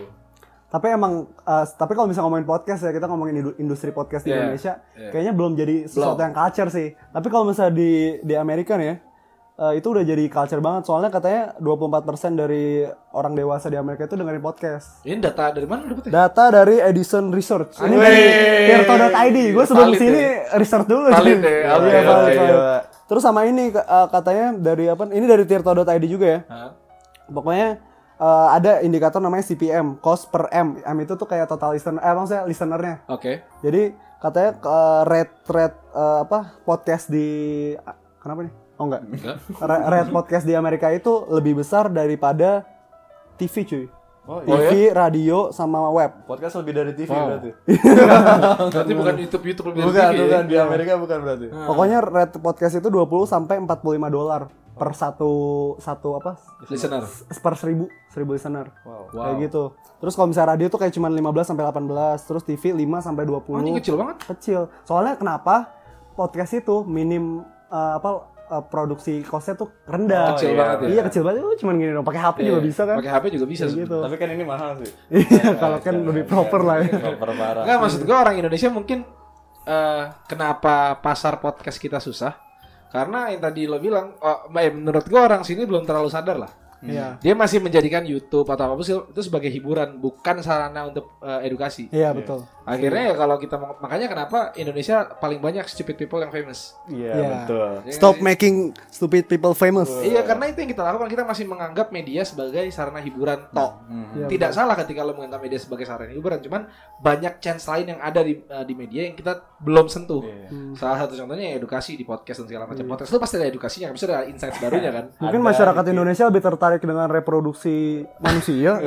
S2: Tapi emang eh, tapi kalau bisa ngomongin podcast ya kita ngomongin indu- industri podcast di
S1: Iya,
S2: Indonesia
S1: iya.
S2: kayaknya belum jadi sesuatu yang culture sih. Tapi kalau misalnya di di Amerika nih ya eh, itu udah jadi culture banget soalnya katanya 24% dari orang dewasa di Amerika itu dengerin podcast.
S1: Ini data dari mana lu dapetnya?
S2: Data dari Edison Research. Ini dari Tirto.id. Gue sebelum
S1: Valid
S2: sini
S1: ya.
S2: research dulu.
S1: Valid ya, oke,
S2: cuy. Iya, valid,
S1: oke,
S2: valid.
S4: iya.
S2: Terus sama ini ke- eh, katanya dari apa? Ini dari Tirto.id juga ya
S1: Hah?
S2: pokoknya eh, ada indikator namanya CPM, cost per M. M itu tuh kayak total listener, eh maksudnya listenernya.
S1: Oke.
S2: Jadi katanya eh, rate rate eh, apa podcast di ah, kenapa nih? Oh enggak.
S1: Enggak.
S2: Ra- rate podcast di Amerika itu lebih besar daripada TV cuy.
S4: Oh, iya.
S2: TV, radio, sama web.
S4: Podcast lebih dari TV
S1: Wow.
S4: berarti.
S1: Berarti bukan YouTube YouTube lebih
S4: Bukan,
S1: tinggi
S4: bukan
S1: ya?
S2: iya.
S4: di Amerika bukan berarti.
S2: Pokoknya rate podcast itu 20 sampai 45 dolar per satu satu apa?
S1: Listener.
S2: s- per seribu seribu listener.
S1: Wow.
S2: Kayak gitu. Terus kalau misalnya radio tuh kayak cuma 15 sampai 18, terus TV 5 sampai 20.
S1: Oh, ini kecil banget.
S2: Kecil. Soalnya kenapa podcast itu minim eh, apa eh, produksi kosnya tuh rendah.
S1: Kecil banget ya.
S2: Iya, kecil banget. Lu cuman gini dong, pakai HP juga
S1: Iya.
S2: bisa kan?
S1: Pakai HP juga bisa.
S2: Kayak gitu.
S4: Tapi kan ini mahal sih.
S2: Iya, kalau kan lebih proper lah ya.
S4: Proper parah.
S1: Enggak maksud gue orang Indonesia mungkin eh, kenapa pasar podcast kita susah? Karena yang tadi lo bilang, oh, eh, menurut gue orang sini belum terlalu sadar lah.
S2: Iya.
S1: Dia masih menjadikan YouTube atau apa sih itu sebagai hiburan, bukan sarana untuk eh, edukasi.
S2: Iya, betul.
S1: Akhirnya ya kalau kita mau- makanya kenapa Indonesia paling banyak stupid people yang famous.
S4: Iya,
S2: Iya.
S4: betul.
S2: Stop making stupid people famous.
S1: Iya karena itu yang kita lakukan kita masih menganggap media sebagai sarana hiburan tok.
S2: Iya,
S1: Tidak salah ketika lo menganggap media sebagai sarana hiburan, cuman banyak chance lain yang ada di eh, di media yang kita belum sentuh.
S3: Iya.
S4: Iya.
S2: Hmm.
S1: Salah satu contohnya ya edukasi di podcast dan segala macam podcast itu pasti ada edukasinya, pasti ada insights barunya kan.
S2: Mungkin masyarakat Indonesia lebih tertarik dengan reproduksi manusia.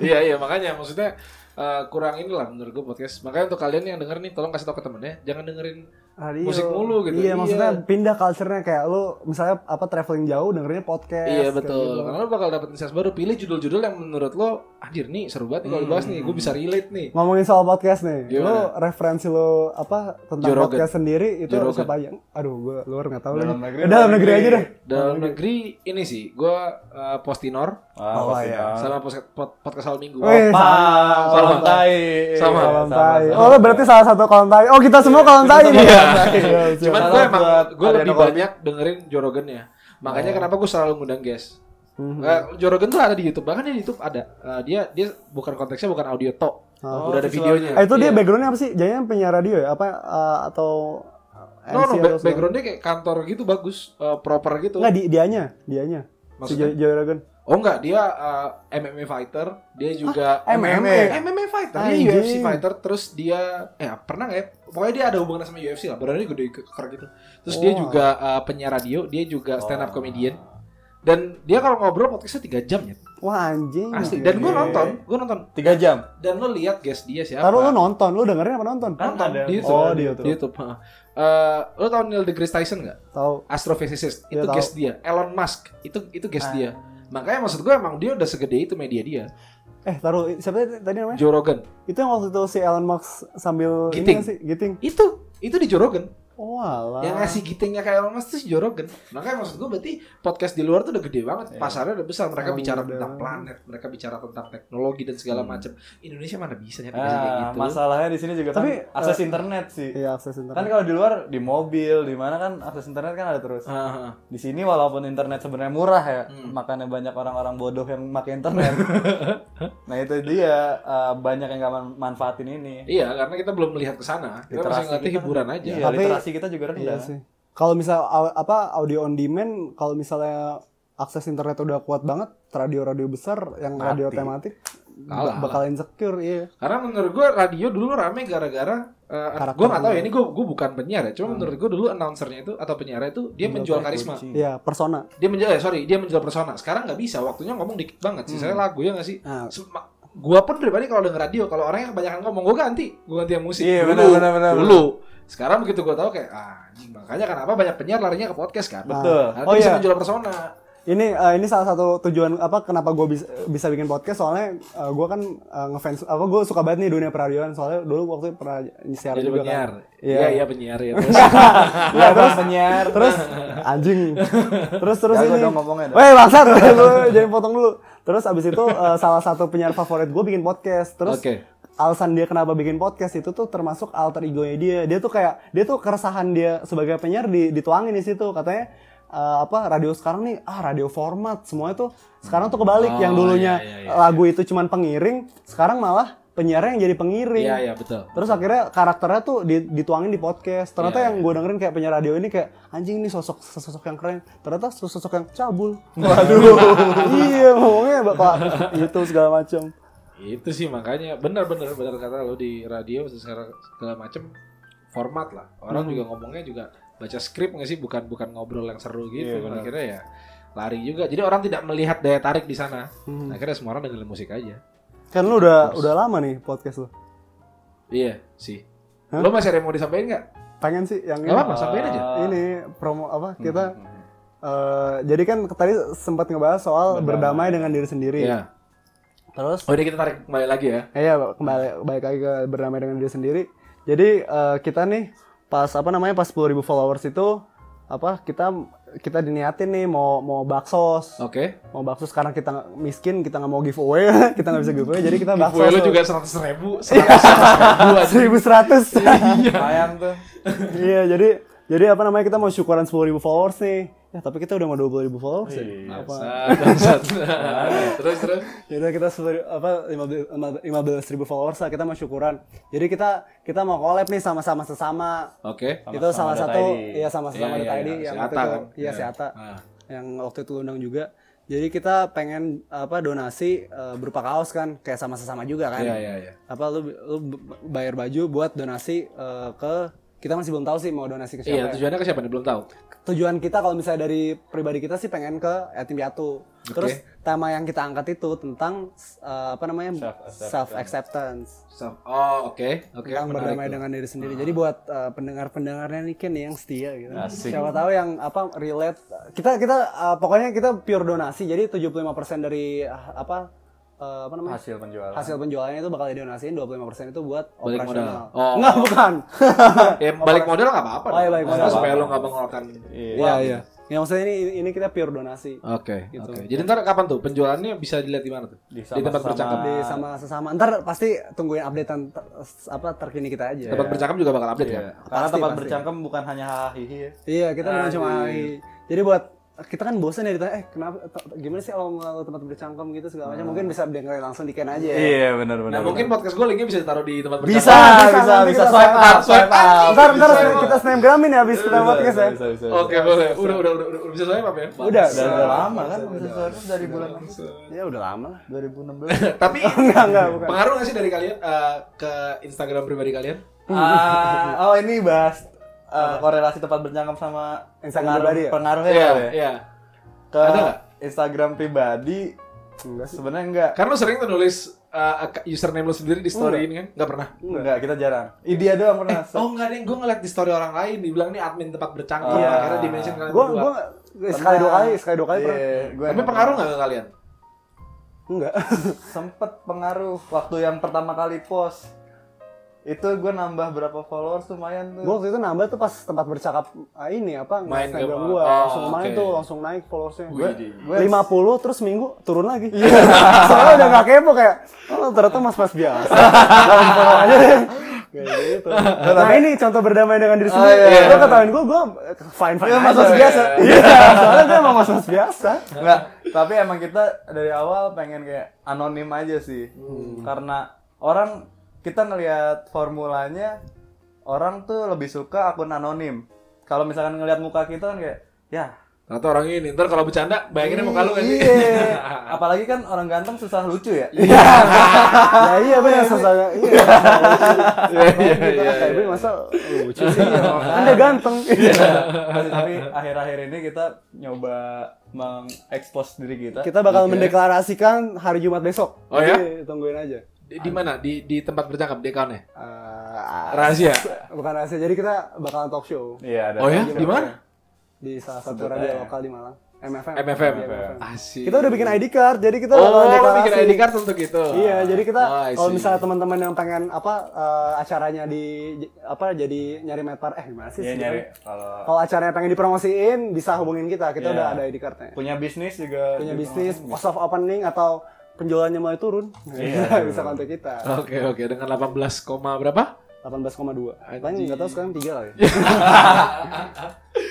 S1: Iya iya makanya maksudnya eh, kurang inilah menurut gue podcast. Makanya untuk kalian yang denger nih tolong kasih tau ke temennya, jangan dengerin
S2: Radio.
S1: Musik mulu gitu,
S2: Ah, Iya,
S1: iya.
S2: maksudnya pindah culture-nya kayak lu misalnya apa traveling jauh dengerinnya podcast.
S1: Iya
S2: kayak
S1: betul.
S2: gitu.
S1: Karena lo bakal dapet insights baru. Pilih judul-judul yang menurut lo, anjir nih seru banget nih kalau dibahas nih, gue bisa relate nih.
S2: Ngomongin soal podcast nih,
S1: Gimana?
S2: lu referensi lu apa tentang
S1: Joe Rogan.
S2: podcast sendiri itu
S1: Joe Rogan.
S2: siapa aja? Aduh, gua luar nggak tahu
S4: Dalam
S2: lagi.
S4: negeri,
S2: Eh, dalam
S4: luar
S2: negeri,
S4: negeri.
S2: aja deh.
S1: Dalam negeri ini sih, gue eh, postinor
S4: Wah,
S2: Oh,
S4: pasti
S2: iya.
S4: mahal.
S1: sama pos- pod- podcast hal minggu.
S2: Wih,
S3: iya.
S4: Pam, kolam tai.
S1: Sama.
S2: Kolam tai. Oh, lu berarti salah satu kolam tai. Oh, kita semua kolam tai. nih. Iya.
S1: Cuman
S4: Kalau
S1: gue emang
S4: buat
S1: gue
S4: Ariana
S1: lebih
S4: Grande.
S1: banyak dengerin Jorogennya. Makanya kenapa gue selalu ngundang guys.
S2: Hmm.
S1: Eh, Jorogen tuh ada di YouTube, bahkan dia di YouTube ada. Eh, dia dia bukan konteksnya bukan audio tok, udah ada videonya.
S2: Eh, itu dia
S1: Iya.
S2: backgroundnya apa sih? Jadinya penyiar radio ya? Apa eh, atau
S1: No, no,
S2: MC
S1: back-
S2: atau
S1: backgroundnya kayak kantor gitu bagus, eh, proper gitu.
S2: Enggak, di, dianya, dianya. Si
S1: Maksudnya?
S2: Jo- Joey Rogan.
S1: Oh enggak, dia eh, MMA fighter, dia juga
S2: Ah, MMA?
S1: MMA fighter,
S2: Anjing.
S1: dia UFC fighter, terus dia eh pernah nggak ya? Pokoknya dia ada hubungan sama UFC lah, badannya gede keker gitu. Terus dia
S2: Wah.
S1: juga eh, penyiar radio, dia juga stand
S2: Oh.
S1: up comedian. Dan dia kalau ngobrol podcastnya 3 jam ya.
S2: Wah anjing. Iya,
S1: Asli. Dan gue
S4: Oke.
S1: nonton, gue nonton.
S4: tiga jam
S1: Dan lo lihat guys dia siapa?
S2: Taruh lu nonton, lu dengerin apa nonton?
S4: kan ada
S1: di YouTube.
S2: Oh, di
S1: Di YouTube. heeh. Eh, lo tau Neil deGrasse Tyson nggak?
S2: Tahu.
S1: Astrophysicist
S2: Iya,
S1: itu
S2: tahu.
S1: guest dia. Elon Musk itu itu guest dia. Makanya maksud gue emang dia udah segede itu media dia.
S2: Eh, taruh siapa tadi- tadi namanya?
S1: Joe Rogan.
S2: Itu yang waktu itu si Elon Musk sambil
S1: Giting. Ya
S2: ini nggak sih, giting.
S1: Itu itu di Joe Rogan.
S2: Oh, alah.
S1: Yang ngasih gitingnya kayak Elon Musk itu si Joe Rogan. Makanya maksud gue berarti podcast di luar tuh udah gede banget, pasarnya udah besar. Mereka
S2: Oh,
S1: bicara
S2: udah.
S1: tentang planet, mereka bicara tentang teknologi dan segala macam. Indonesia mana bisa nyet kayak
S4: Ah,
S1: gitu.
S4: masalahnya di sini juga
S2: Tapi,
S4: kan akses internet sih
S2: Iya, akses internet.
S4: kan kalau di luar di mobil di mana kan akses internet kan ada terus
S1: Ah, ah.
S4: di sini walaupun internet sebenarnya murah ya makanya banyak orang-orang bodoh yang pakai internet nah itu dia eh, banyak yang gak man- manfaatin ini
S1: Iya, karena kita belum melihat ke sana. Kita
S4: Literasi
S1: masih ngeliatnya
S4: kita-
S1: hiburan aja.
S4: iya,
S2: Tapi-
S4: literasi kita
S1: Kan?
S4: juga rendah
S2: Iya sih. Kalau misal au- apa audio on demand, kalau misalnya akses internet udah kuat banget, radio-radio besar yang radio tematik
S1: Kalah,
S2: ba- bakal insecure, iya.
S1: Karena menurut gue radio dulu rame gara-gara
S2: Karakter Hmm.
S1: gue nggak tahu ya ini gue gue bukan penyiar ya. Cuma menurut gue dulu announcernya itu atau penyiarnya itu dia menjual karisma.
S2: Iya, persona.
S1: Dia menjual eh, sorry dia menjual persona. Sekarang nggak bisa waktunya ngomong dikit banget. Sisanya lagu ya nggak sih.
S2: Ah.
S1: Sem- Gua pun pribadi kalau denger radio kalau orang yang kebanyakan ngomong gue ganti gue ganti yang musik
S4: Iya,
S1: dulu
S4: benar, benar, benar.
S1: dulu. Sekarang begitu gue tahu kayak ah anjing, makanya kenapa banyak penyiar larinya ke podcast kan.
S4: Betul.
S1: Karena
S2: Oh,
S1: dia bisa
S2: iya.
S1: menjual persona.
S2: Ini eh, ini salah satu tujuan apa kenapa gue bisa, bisa bikin podcast soalnya eh, gue kan eh, ngefans apa gue suka banget nih dunia peradioan soalnya dulu waktu pernah siaran
S1: Jadi
S2: juga kan.
S1: penyiar.
S2: Iya.
S1: Iya iya penyiar ya.
S4: Iya, terus penyiar
S2: Terus anjing. Terus terus
S4: Jago
S2: ini.
S4: dong ngomongnya dong.
S2: Weh, bangsat. Lu jangan potong dulu. Terus abis itu eh, salah satu penyiar favorit gue bikin podcast. Terus
S1: Oke.
S2: alasan dia kenapa bikin podcast itu tuh termasuk alter egonya dia. Dia tuh kayak dia tuh keresahan dia sebagai penyiar di, dituangin di situ katanya eh, apa radio sekarang nih ah radio format semuanya tuh sekarang tuh
S1: Oh,
S2: kebalik yang dulunya
S1: iya, iya,
S2: lagu itu cuman pengiring sekarang malah penyiarnya yang jadi pengiring
S1: Iya iya betul.
S2: Terus akhirnya karakternya tuh di- dituangin di podcast. Ternyata
S1: Iya,
S2: yang gue dengerin kayak penyiar radio ini kayak anjing ini sosok sosok yang keren. Ternyata sosok yang cabul. Waduh. iya ngomongnya bapak itu Gitu, segala macam.
S1: itu sih makanya benar-benar benar kata lo di radio sekarang segala macem format lah orang juga ngomongnya juga baca skrip nggak sih bukan bukan ngobrol yang seru gitu akhirnya ya lari juga jadi orang tidak melihat daya tarik di sana akhirnya semua orang dengerin musik aja
S2: Kan lu udah udah lama nih podcast lu.
S1: iya sih lo masih ada yang mau disampaikan nggak
S2: Pengen sih yang
S1: nggak
S2: ini,
S1: apa-apa Hmm, sampaikan aja
S2: ini promo apa kita eh, jadi kan tadi sempat ngebahas soal berdamai dengan diri sendiri.
S1: Iya.
S2: Terus
S1: oh ini kita tarik kembali lagi ya
S2: Eh, ya kembali balik lagi ke berdamai dengan diri sendiri. Jadi eh, kita nih pas apa namanya pas 10.000 followers itu apa kita kita diniatin nih mau mau baksos.
S1: oke
S2: Mau baksos karena kita nggak- miskin, kita nggak mau giveaway, kita nggak bisa giveaway, jadi kita baksos.
S1: Gue lo juga seratus ribu, seratus ribu aja.
S2: 1100.
S4: sayang tuh
S2: Iya, jadi jadi apa namanya kita mau syukuran 10.000 followers nih. Ya, tapi kita udah mau 20.000 followers. ya.
S1: Iya. Bangsat, bangsat. Terus terus.
S2: Yaudah kita sebel- apa 15 ribu followers lah kita mau syukuran. Jadi kita kita mau collab nih sama-sama sesama.
S1: Oke.
S2: itu salah
S4: Data
S2: satu
S4: ID.
S2: iya sama-sama
S1: Iya,
S2: data
S1: iya,
S2: ID
S1: iya.
S2: yang
S1: Si
S2: waktu
S1: Atta
S2: itu
S1: kan?
S2: iya si Atta.
S1: Ah.
S2: yang waktu itu lu undang juga. Jadi kita pengen apa donasi eh, berupa kaos kan kayak sama-sama juga kan.
S1: Iya iya iya.
S2: Apa lu, lu b- bayar baju buat donasi eh, ke kita masih belum tahu sih mau donasi ke
S1: Iya
S2: siapa.
S1: tujuannya ke siapa nih belum tahu.
S2: Tujuan kita kalau misalnya dari pribadi kita sih pengen ke yatim piatu. Terus tema yang kita angkat itu tentang eh, apa namanya self acceptance.
S1: So- oh oke oke.
S2: yang
S1: menarik tuh.
S2: berdamai
S1: Hmm.
S2: dengan diri sendiri. Jadi buat uh, pendengar-pendengarnya nih Ken yang setia gitu. Siapa tahu yang apa relate kita kita uh, pokoknya kita pure donasi. Jadi 75% dari uh, apa uh, apa namanya?
S4: hasil penjualan
S2: hasil penjualannya itu bakal didonasiin 25% itu buat
S1: Balik
S2: operasional.
S1: modal. Oh.
S2: Enggak, bukan.
S1: Ya balik modal nggak apa-apa.
S2: Oh, iya,
S1: dong.
S2: balik
S1: Maksudnya
S2: modal.
S1: Supaya lo nggak mengeluarkan.
S2: Iya, iya. Ya maksudnya ini ini kita pure donasi.
S1: Oke
S2: Gitu.
S1: oke. Jadi ntar kapan tuh penjualannya bisa dilihat di mana tuh? Di, tempat bercakap.
S2: Di sama sesama. Ntar pasti tungguin updatean ter- apa terkini kita aja.
S1: Tempat bercakap juga bakal update
S4: Iya.
S1: kan?
S4: karena
S2: Pasti,
S4: tempat
S2: pasti.
S4: bercangkem bukan hanya hahihi ya
S2: Iya, kita bukan cuma AI. Jadi buat kita kan bosan ya ditanya, eh kenapa t- gimana sih kalau ngelalu tempat bercangkem gitu segala macam mungkin bisa dengerin langsung di Ken aja ya.
S3: Iya benar
S1: Nah,
S3: benar.
S1: mungkin podcast gue linknya bisa ditaruh di tempat
S2: Iya,
S3: bisa
S4: Nah,
S1: bercakap.
S3: bisa bisa,
S2: nanti kita
S3: swipe up
S1: swipe
S3: swipe
S1: up.
S3: up.
S2: Ah, Ntar ntar
S1: Bisa,
S2: kita snapgramin ya habis kita podcast ya.
S3: Ah, Bisa bisa.
S1: Oke, boleh. Udah, udah, udah, udah, udah bisa saya, Pak ya? Bagus.
S2: Udah,
S3: Udah udah lama kan
S2: Udah,
S3: bisa swipe up dari bulan
S2: Ya udah lama lah.
S3: 2016.
S1: Tapi
S2: Enggak enggak bukan.
S1: pengaruh nggak sih dari kalian eh, ke Instagram pribadi kalian?
S3: Ah, oh ini bahas eh, korelasi tempat bercangkem sama
S2: Instagram
S3: pengaruh-
S2: pribadi ya?
S3: pengaruhnya
S1: Iya,
S3: kali ya?
S1: iya.
S3: Ke
S1: Ada nggak?
S3: Instagram pribadi
S2: Enggak sih.
S3: sebenarnya enggak.
S1: Karena lu sering tuh nulis eh, ak- username lu sendiri di story ini kan? Nggak pernah.
S3: Enggak, kita jarang. Idea doang pernah.
S2: Eh,
S1: Oh nggak deh, gue ngeliat di story orang lain dibilang nih admin tempat bercangkem,
S3: Iya.
S1: akhirnya di mention kalian
S2: Gua
S1: berdua.
S2: gua sekali dua kali, sekali dua kali pernah.
S3: Gue
S1: Tapi pengaruh nggak ke kalian?
S2: Enggak.
S3: sempet pengaruh waktu yang pertama kali post. Itu gue nambah berapa followers lumayan tuh.
S2: Gue waktu itu nambah tuh pas tempat bercakap ah, ini apa
S1: Main
S2: main Instagram
S1: game.
S2: gue
S1: Oh,
S2: langsung main
S1: oke.
S2: tuh langsung naik followersnya.
S1: Widih.
S2: Gue 50 terus minggu turun lagi. Soalnya udah gak kepo kayak oh ternyata mas-mas biasa. Langsung follow aja deh. Kayak gitu. Nah ini contoh berdamai dengan diri sendiri.
S3: iya.
S2: Lo ketahuin gue, gue fine fine.
S3: Iya,
S2: aja.
S3: mas-mas biasa.
S2: Iya, soalnya gue emang mas-mas biasa.
S3: Enggak, tapi emang kita dari awal pengen kayak anonim aja sih.
S1: Hmm.
S3: Karena orang kita ngelihat formulanya orang tuh lebih suka akun anonim. Kalau misalkan ngelihat muka kita kan kayak ya
S1: Ternyata orang ini, ntar kalau bercanda bayanginnya muka lu kan sih?
S3: Iya. Apalagi kan orang ganteng susah lucu ya.
S2: ya iya benar sosoknya. Iya.
S1: Iya, iya,
S2: Gitu
S1: iya.
S2: kan kayak gue masa lucu sih. Anda ganteng.
S3: Iya, Tapi akhir-akhir ini kita nyoba mengekspos diri kita.
S2: Kita bakal mendeklarasikan hari Jumat besok.
S1: Oh, ya?
S2: Jadi, Tungguin aja.
S1: Di, di mana? Di, di tempat ya? bercakap, di accountnya?
S2: Eh,
S1: Rahasia?
S2: bukan rahasia. Jadi kita bakalan talk show
S3: Iya, ada.
S1: Oh ya? Di mana?
S2: di salah satu
S1: ya.
S2: radio lokal di Malang. MFM.
S1: MFM?
S2: Iya, MFM.
S1: Asik.
S2: Kita udah bikin ID card, jadi kita bakal
S1: Oh,
S2: deklarasi.
S1: bikin ID card untuk itu.
S2: Iya, jadi kita
S1: Oh, I
S2: kalau
S1: see.
S2: misalnya teman-teman yang pengen apa eh, acaranya di j- apa jadi nyari meter eh gimana sih?
S3: Iya,
S2: sebenarnya?
S3: nyari kalau
S2: Kalau acaranya pengen dipromosiin bisa hubungin kita, kita
S3: Iya.
S2: udah ada ID cardnya.
S3: punya bisnis juga gitu.
S2: Punya
S3: di-
S2: bisnis, post of opening atau penjualannya mulai turun,
S1: Iya.
S2: bisa kontak kita.
S1: Oke oke dengan 18, koma berapa?
S2: 18,2. Paling nggak tahu sekarang 3 kali. Iya.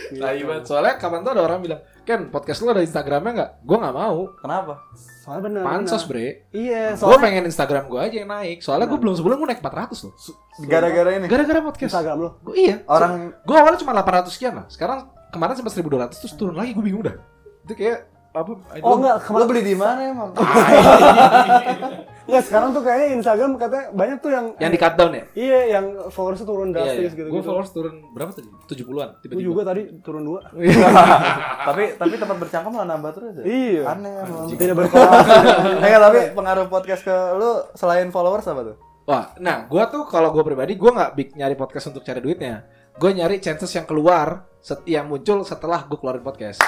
S1: Tai banget. Soalnya kapan tuh ada orang bilang, Ken podcast lu ada Instagramnya nggak? Gue nggak mau.
S3: Kenapa?
S2: Soalnya benar.
S1: Pansos bre.
S2: Iya,
S1: Gue
S2: soalnya
S1: pengen Instagram gue aja yang naik. Soalnya gue belum sebulan gue naik 400 loh.
S3: Gara-gara ini.
S1: Gara-gara podcast.
S2: Instagram lo.
S1: Gue iya.
S3: Orang-
S1: gue awalnya cuma 800 sekian lah. Sekarang kemarin sempat 1200 terus turun lagi gue bingung dah. Itu kayak apa?
S2: Oh enggak,
S3: Lo
S2: kemarin
S3: beli di mana emang?
S2: enggak sekarang tuh kayaknya Instagram katanya banyak tuh yang
S1: Yang di cut down ya?
S2: Iya, yang followersnya turun
S1: Iya,
S2: drastis
S1: iya.
S2: gitu.
S1: Gue followers turun berapa tadi? 70-an
S2: Gue
S1: tiba-tiba. Iya.
S2: juga tadi turun dua.
S3: tapi tapi tempat bercangkem malah nambah terus ya?
S2: Iya.
S3: Aneh emang.
S2: Tidak berkorelasi.
S3: Enggak, tapi pengaruh podcast ke lu selain followers apa tuh?
S1: Wah, nah gue tuh kalau gue pribadi gue nggak bik- nyari podcast untuk cari duitnya. Gue nyari chances yang keluar, set- yang muncul setelah gue keluarin podcast.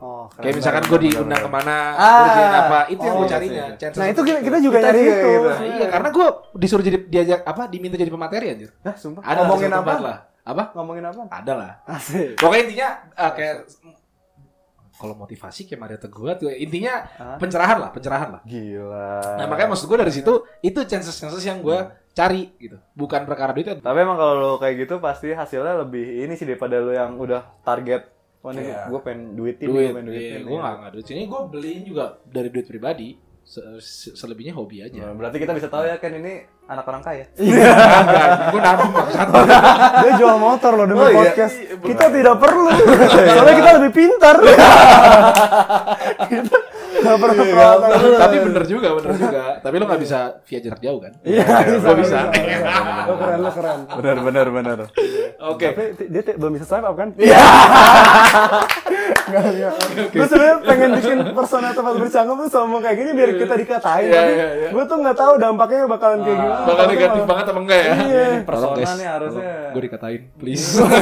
S2: oh, keren.
S1: Kayak misalkan gue diundang kemana,
S3: Ah.
S1: kerjain apa, itu yang
S3: Oh,
S1: gue
S3: iya
S1: carinya.
S3: sih.
S1: Chances
S2: Nah, itu
S1: untuk-
S2: kita, kita juga
S3: Kita
S2: nyari
S3: juga
S2: itu.
S3: gitu.
S1: Nah, iya, karena gue disuruh jadi diajak apa, diminta jadi pemateri anjir.
S3: Hah, sumpah.
S1: Ada
S3: Ngomongin
S1: satu
S3: apa?
S1: tempat Lah. Apa?
S3: Ngomongin apa?
S1: Ada lah.
S2: Asik.
S1: Pokoknya intinya eh, kayak kalau motivasi kayak Maria Teguh tuh intinya
S3: Hah?
S1: pencerahan lah, pencerahan lah.
S3: Gila.
S1: Nah, makanya maksud gue dari situ itu chances-chances yang gue cari gitu. Bukan perkara duitnya.
S3: tapi emang kalau lu kayak gitu pasti hasilnya lebih ini sih daripada lu yang udah target Wah, ini
S1: Iya.
S3: gue pengen duitin, nih,
S1: duit
S3: gua pengen duitin.
S1: gue nggak nggak duit sini gue beliin juga dari duit pribadi Se- se- selebihnya hobi aja
S3: Nah, Berarti kita bisa tahu ya kan ini anak orang kaya.
S1: gue nabung maksud gua.
S2: Dia jual motor loh demi
S3: Oh, iya.
S2: podcast. Kita tidak perlu.
S1: Iya.
S2: Soalnya kita lebih pintar. kita nggak perlu peralatan.
S1: Iya, tapi bener juga bener juga tapi lo nggak bisa via jarak jauh kan
S2: Iya,
S1: gue bisa Iya.
S2: Lo keren, lo keren.
S3: Benar, benar, benar.
S1: oke
S2: Tapi t- dia t- belum bisa swipe up kan? Iya. Gue sebenarnya pengen bikin persona tempat bercanggung tuh sombong kayak gini biar kita dikatain.
S1: Iya,
S2: Tapi
S1: iya, iya. Ah,
S2: gue tuh nggak tahu dampaknya bakalan kayak gimana.
S1: bakal negatif banget apa enggak ya
S2: Iya.
S3: Persona nih harusnya.
S1: gue dikatain please
S2: Jangan,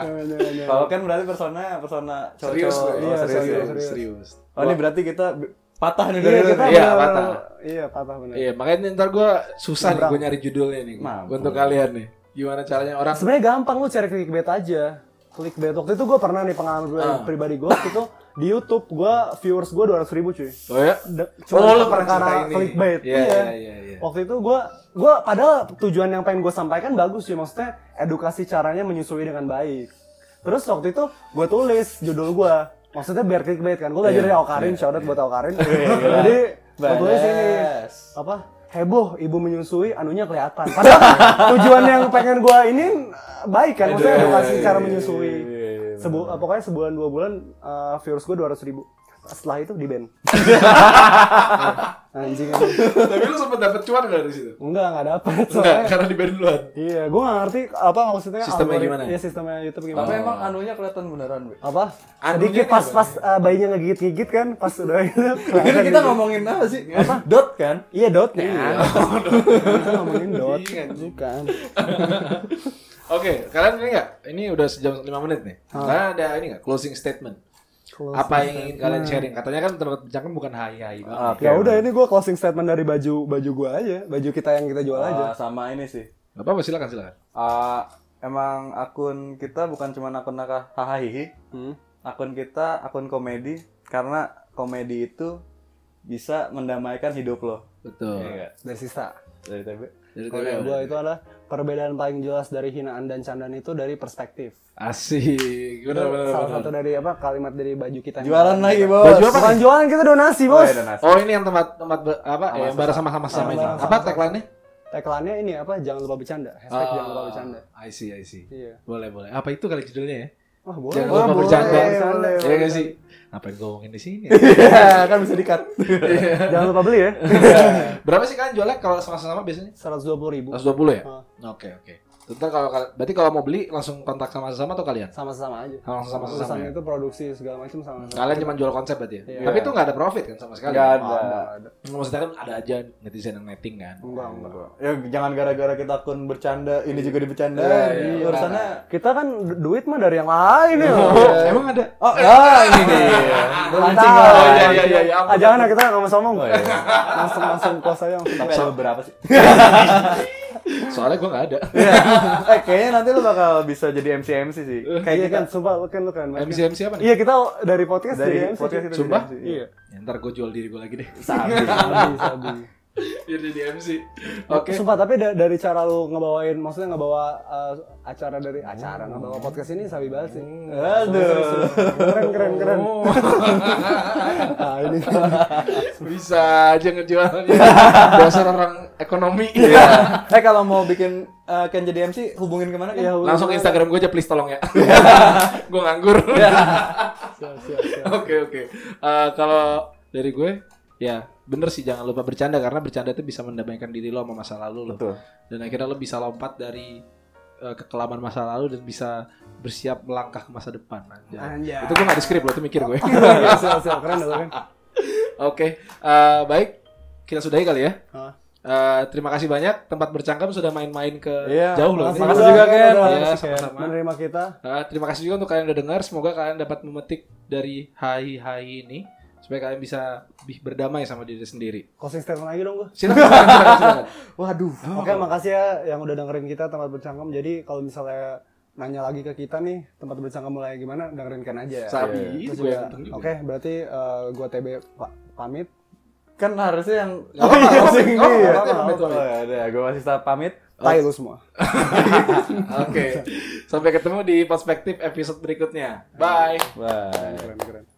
S1: Iya,
S2: jangan, jangan.
S3: Kalau kan berarti persona persona Oh, cowok
S1: serius lo
S2: Iya,
S1: serius
S2: serius,
S1: serius,
S2: serius.
S1: serius.
S3: Oh, ini berarti kita b- patah nih dari
S2: Iya, kita
S1: Iya,
S2: benar-benar-
S1: patah.
S2: Iya, patah benar.
S1: iya makanya ntar gue susah nih gue nyari judulnya nih
S3: Mampu.
S1: untuk kalian nih gimana caranya orang
S2: Nah, Sebenarnya gampang lu cari clickbait aja. Clickbait waktu itu gue pernah nih pengalaman pri- pribadi gue waktu itu di YouTube gue viewers gue 200 ribu cuy.
S1: oh ya
S2: Da-
S1: oh lo
S2: cuma
S1: pernah
S2: karena
S1: ceritain nih.
S2: clickbait.
S1: iya
S2: iya.
S1: iya, iya iya
S2: Waktu itu gue, gua padahal tujuan yang pengen gue sampaikan bagus sih, maksudnya edukasi caranya menyusui dengan baik. Terus waktu itu gue tulis judul gue. Maksudnya biar clickbait kan. Gue
S1: Iya,
S2: belajar dari Okarin, shout out buat Okarin. Jadi gue tulis ini apa? Heboh, ibu menyusui, anunya kelihatan. Padahal tujuan yang pengen gue ini baik kan. Maksudnya
S1: Iya,
S2: edukasi cara menyusui. Sebu eh, pokoknya sebulan dua bulan eh, viewers gue 200 ribu. Setelah itu di ban. anjing, anjing.
S1: Tapi lu sempat dapet cuan gak dari situ?
S2: Enggak, enggak dapet.
S1: Enggak,
S2: Soalnya
S1: karena di band duluan.
S2: Iya, gue gak ngerti apa maksudnya
S1: Sistemnya
S2: algorit-
S1: gimana? ya? Oh.
S2: Iya, sistemnya YouTube gimana?
S4: Tapi emang anunya kelihatan beneran, Wi.
S2: apa?
S1: Anunya kan?
S2: Sedikit
S1: kayak
S2: pas
S1: apa?
S2: pas uh, bayinya ngegigit-gigit kan, pas udah itu.
S4: Ini kita ngomongin apa sih? Apa? Dot kan?
S2: Iya dotnya. Kita ngomongin dot.
S1: Iya,
S2: Bukan.
S1: Oke, kalian ini nggak? Ini udah sejam 5 menit nih. Kalian ada ini nggak? Closing statement. apa yang ingin kalian sharing? Katanya kan tempat bincang kan bukan hai hai banget.
S2: Ya udah ini gue closing statement dari baju baju gue aja, baju kita yang kita jual aja.
S4: Ah, sama ini sih.
S1: Gak apa-apa silakan silakan.
S4: Ah, emang akun kita bukan cuma akun nakah hahaha. Akun kita akun komedi karena komedi itu bisa mendamaikan hidup lo.
S1: Betul.
S4: Iya nggak?
S2: Dari sista.
S4: Dari TB.
S1: Dari
S2: Kalau
S1: tadi
S2: yang
S1: udah.
S2: gue itu adalah perbedaan paling jelas dari hinaan dan candaan itu dari perspektif.
S1: Asik. Benar benar.
S2: Salah
S1: benar.
S2: satu dari apa kalimat dari baju kita. yang-
S4: Jualan lagi, Bos.
S1: Baju apa?
S2: Bukan jualan kita donasi
S4: Oh,
S2: bos.
S4: ya, donasi.
S1: Oh ini yang tempat tempat ber- apa? eh, yang bareng sama-sama sama
S2: Sama-
S1: itu.
S2: sama-
S1: Apa
S2: sama-
S1: tagline-nya?
S2: Tagline-nya ini apa? Jangan lupa bercanda. Hashtag
S1: Ah.
S2: jangan lupa bercanda.
S1: I see, I see.
S2: Iya.
S1: Boleh, boleh. Apa itu kali judulnya ya?
S2: Wah boleh.
S1: Jangan
S2: Wah,
S1: lupa
S2: boleh,
S1: bercanda.
S2: boleh,
S1: Iya
S2: boleh.
S1: gak sih? Apa yang gue ngomongin di sini? ya?
S4: Iya, kan bisa dikat.
S1: Iya.
S2: Jangan lupa beli ya.
S1: Eh, Berapa sih kalian jualnya kalau sama-sama biasanya?
S2: 120 ribu. Ah,
S1: 120 ya?
S2: Heeh.
S1: Oke, oke. Tentu kalau berarti kalau mau beli langsung kontak sama-sama atau kalian?
S2: Sama-sama aja.
S1: Sama-sama sama. ya?
S2: Urusannya itu produksi segala macam sama-sama.
S1: Kalian cuma jual konsep berarti ya? Tapi itu nggak ada profit kan sama sekali?
S4: Nggak
S1: Nggak
S4: ada.
S2: ada.
S1: Maksudnya kan ada aja netizen yang netting kan?
S2: Enggak, enggak.
S4: Ya jangan gara-gara kita akun bercanda, ini juga dibercanda.
S1: gitu. iya.
S4: Urusannya
S2: Nah, Kita kan du- duit mah dari yang lain ya.
S1: Emang ada?
S4: Oh, ah, ini dia.
S2: Mantap.
S1: Oh, iya, iya, iya, Oh, iya.
S2: Ah, jangan lah kita nggak mau sombong. langsung langsung puas aja langsung.
S4: Tapi ada berapa sih?
S1: Soalnya gue nggak ada.
S4: eh, kayaknya nanti lu bakal bisa jadi MC MC sih.
S2: Kayak iya kan, sumpah lu kan lu kan.
S1: MC MC apa nih?
S2: Iya kita dari podcast ya, dari
S4: Dari
S2: MC.
S4: podcast kita
S1: Sumpah?
S4: jadi MC.
S2: Iya.
S1: Ya, ntar gue jual diri gue lagi deh.
S2: Sabi, sabi.
S1: Biar jadi MC. Oke.
S2: Oke. Sumpah tapi da- dari cara lu ngebawain, maksudnya ngebawa uh, acara dari acara, ngebawa podcast ini sabi banget sih. Aduh. Keren keren keren.
S1: Oh.
S2: nah, ini.
S1: Bisa aja ngejualnya. Dasar orang ekonomi.
S3: Iya.
S4: eh kalau mau bikin eh, Ken jadi MC hubungin kemana
S2: Ya,
S4: kan?
S2: udah.
S1: Langsung Instagram gue aja please tolong ya. gue nganggur.
S2: Siap, siap, siap.
S1: Oke oke. Eh, kalau dari gue, ya bener sih jangan lupa bercanda karena bercanda itu bisa mendamaikan diri lo sama masa lalu lo.
S4: Betul.
S1: Dan akhirnya lo bisa lompat dari eh, kekelaman masa lalu dan bisa bersiap melangkah ke masa depan. Anjay.
S2: Anjay.
S1: Itu gue gak di skrip lo, itu mikir gue. oke,
S2: Siap, Iya, siap, siap. Keren udah, keren.
S1: eh, baik kita sudahi kali ya.
S2: Hah.
S1: Eh, terima kasih banyak tempat bercangkem sudah main-main ke
S4: Iya,
S1: jauh loh.
S2: Makasih
S4: Makasih juga, Ken.
S2: udah
S1: Iya,
S2: Ken.
S1: sama-sama.
S2: Menerima kita.
S1: Nah, terima kasih juga untuk kalian yang udah dengar. Semoga kalian dapat memetik dari hai-hai ini supaya kalian bisa lebih berdamai sama diri sendiri.
S2: Closing statement lagi dong gua.
S1: Silakan. silakan, silakan, silakan.
S4: Waduh.
S1: Oh.
S2: Oke, makasih ya yang udah dengerin kita tempat bercangkem. Jadi kalau misalnya nanya lagi ke kita nih tempat bercangkem mulai gimana, dengerin kan aja.
S1: Sabi,
S2: Terus
S1: gue
S2: juga,
S1: yang penting juga.
S2: Oke, berarti eh, gua TB pa- pamit.
S4: Kan harusnya yang
S1: Gak apa-apa, gak apa-apa,
S2: Iya,
S1: gak apa-apa,
S2: iya,
S1: gak apa-apa, gak
S2: iya.
S1: apa-apa.
S4: Oh, ya udah, gua masih tetap pamit.
S1: Oh.
S2: Tai lu semua.
S1: Oke. Sampai ketemu di perspektif episode berikutnya. Bye.
S4: Bye.
S2: Keren, keren.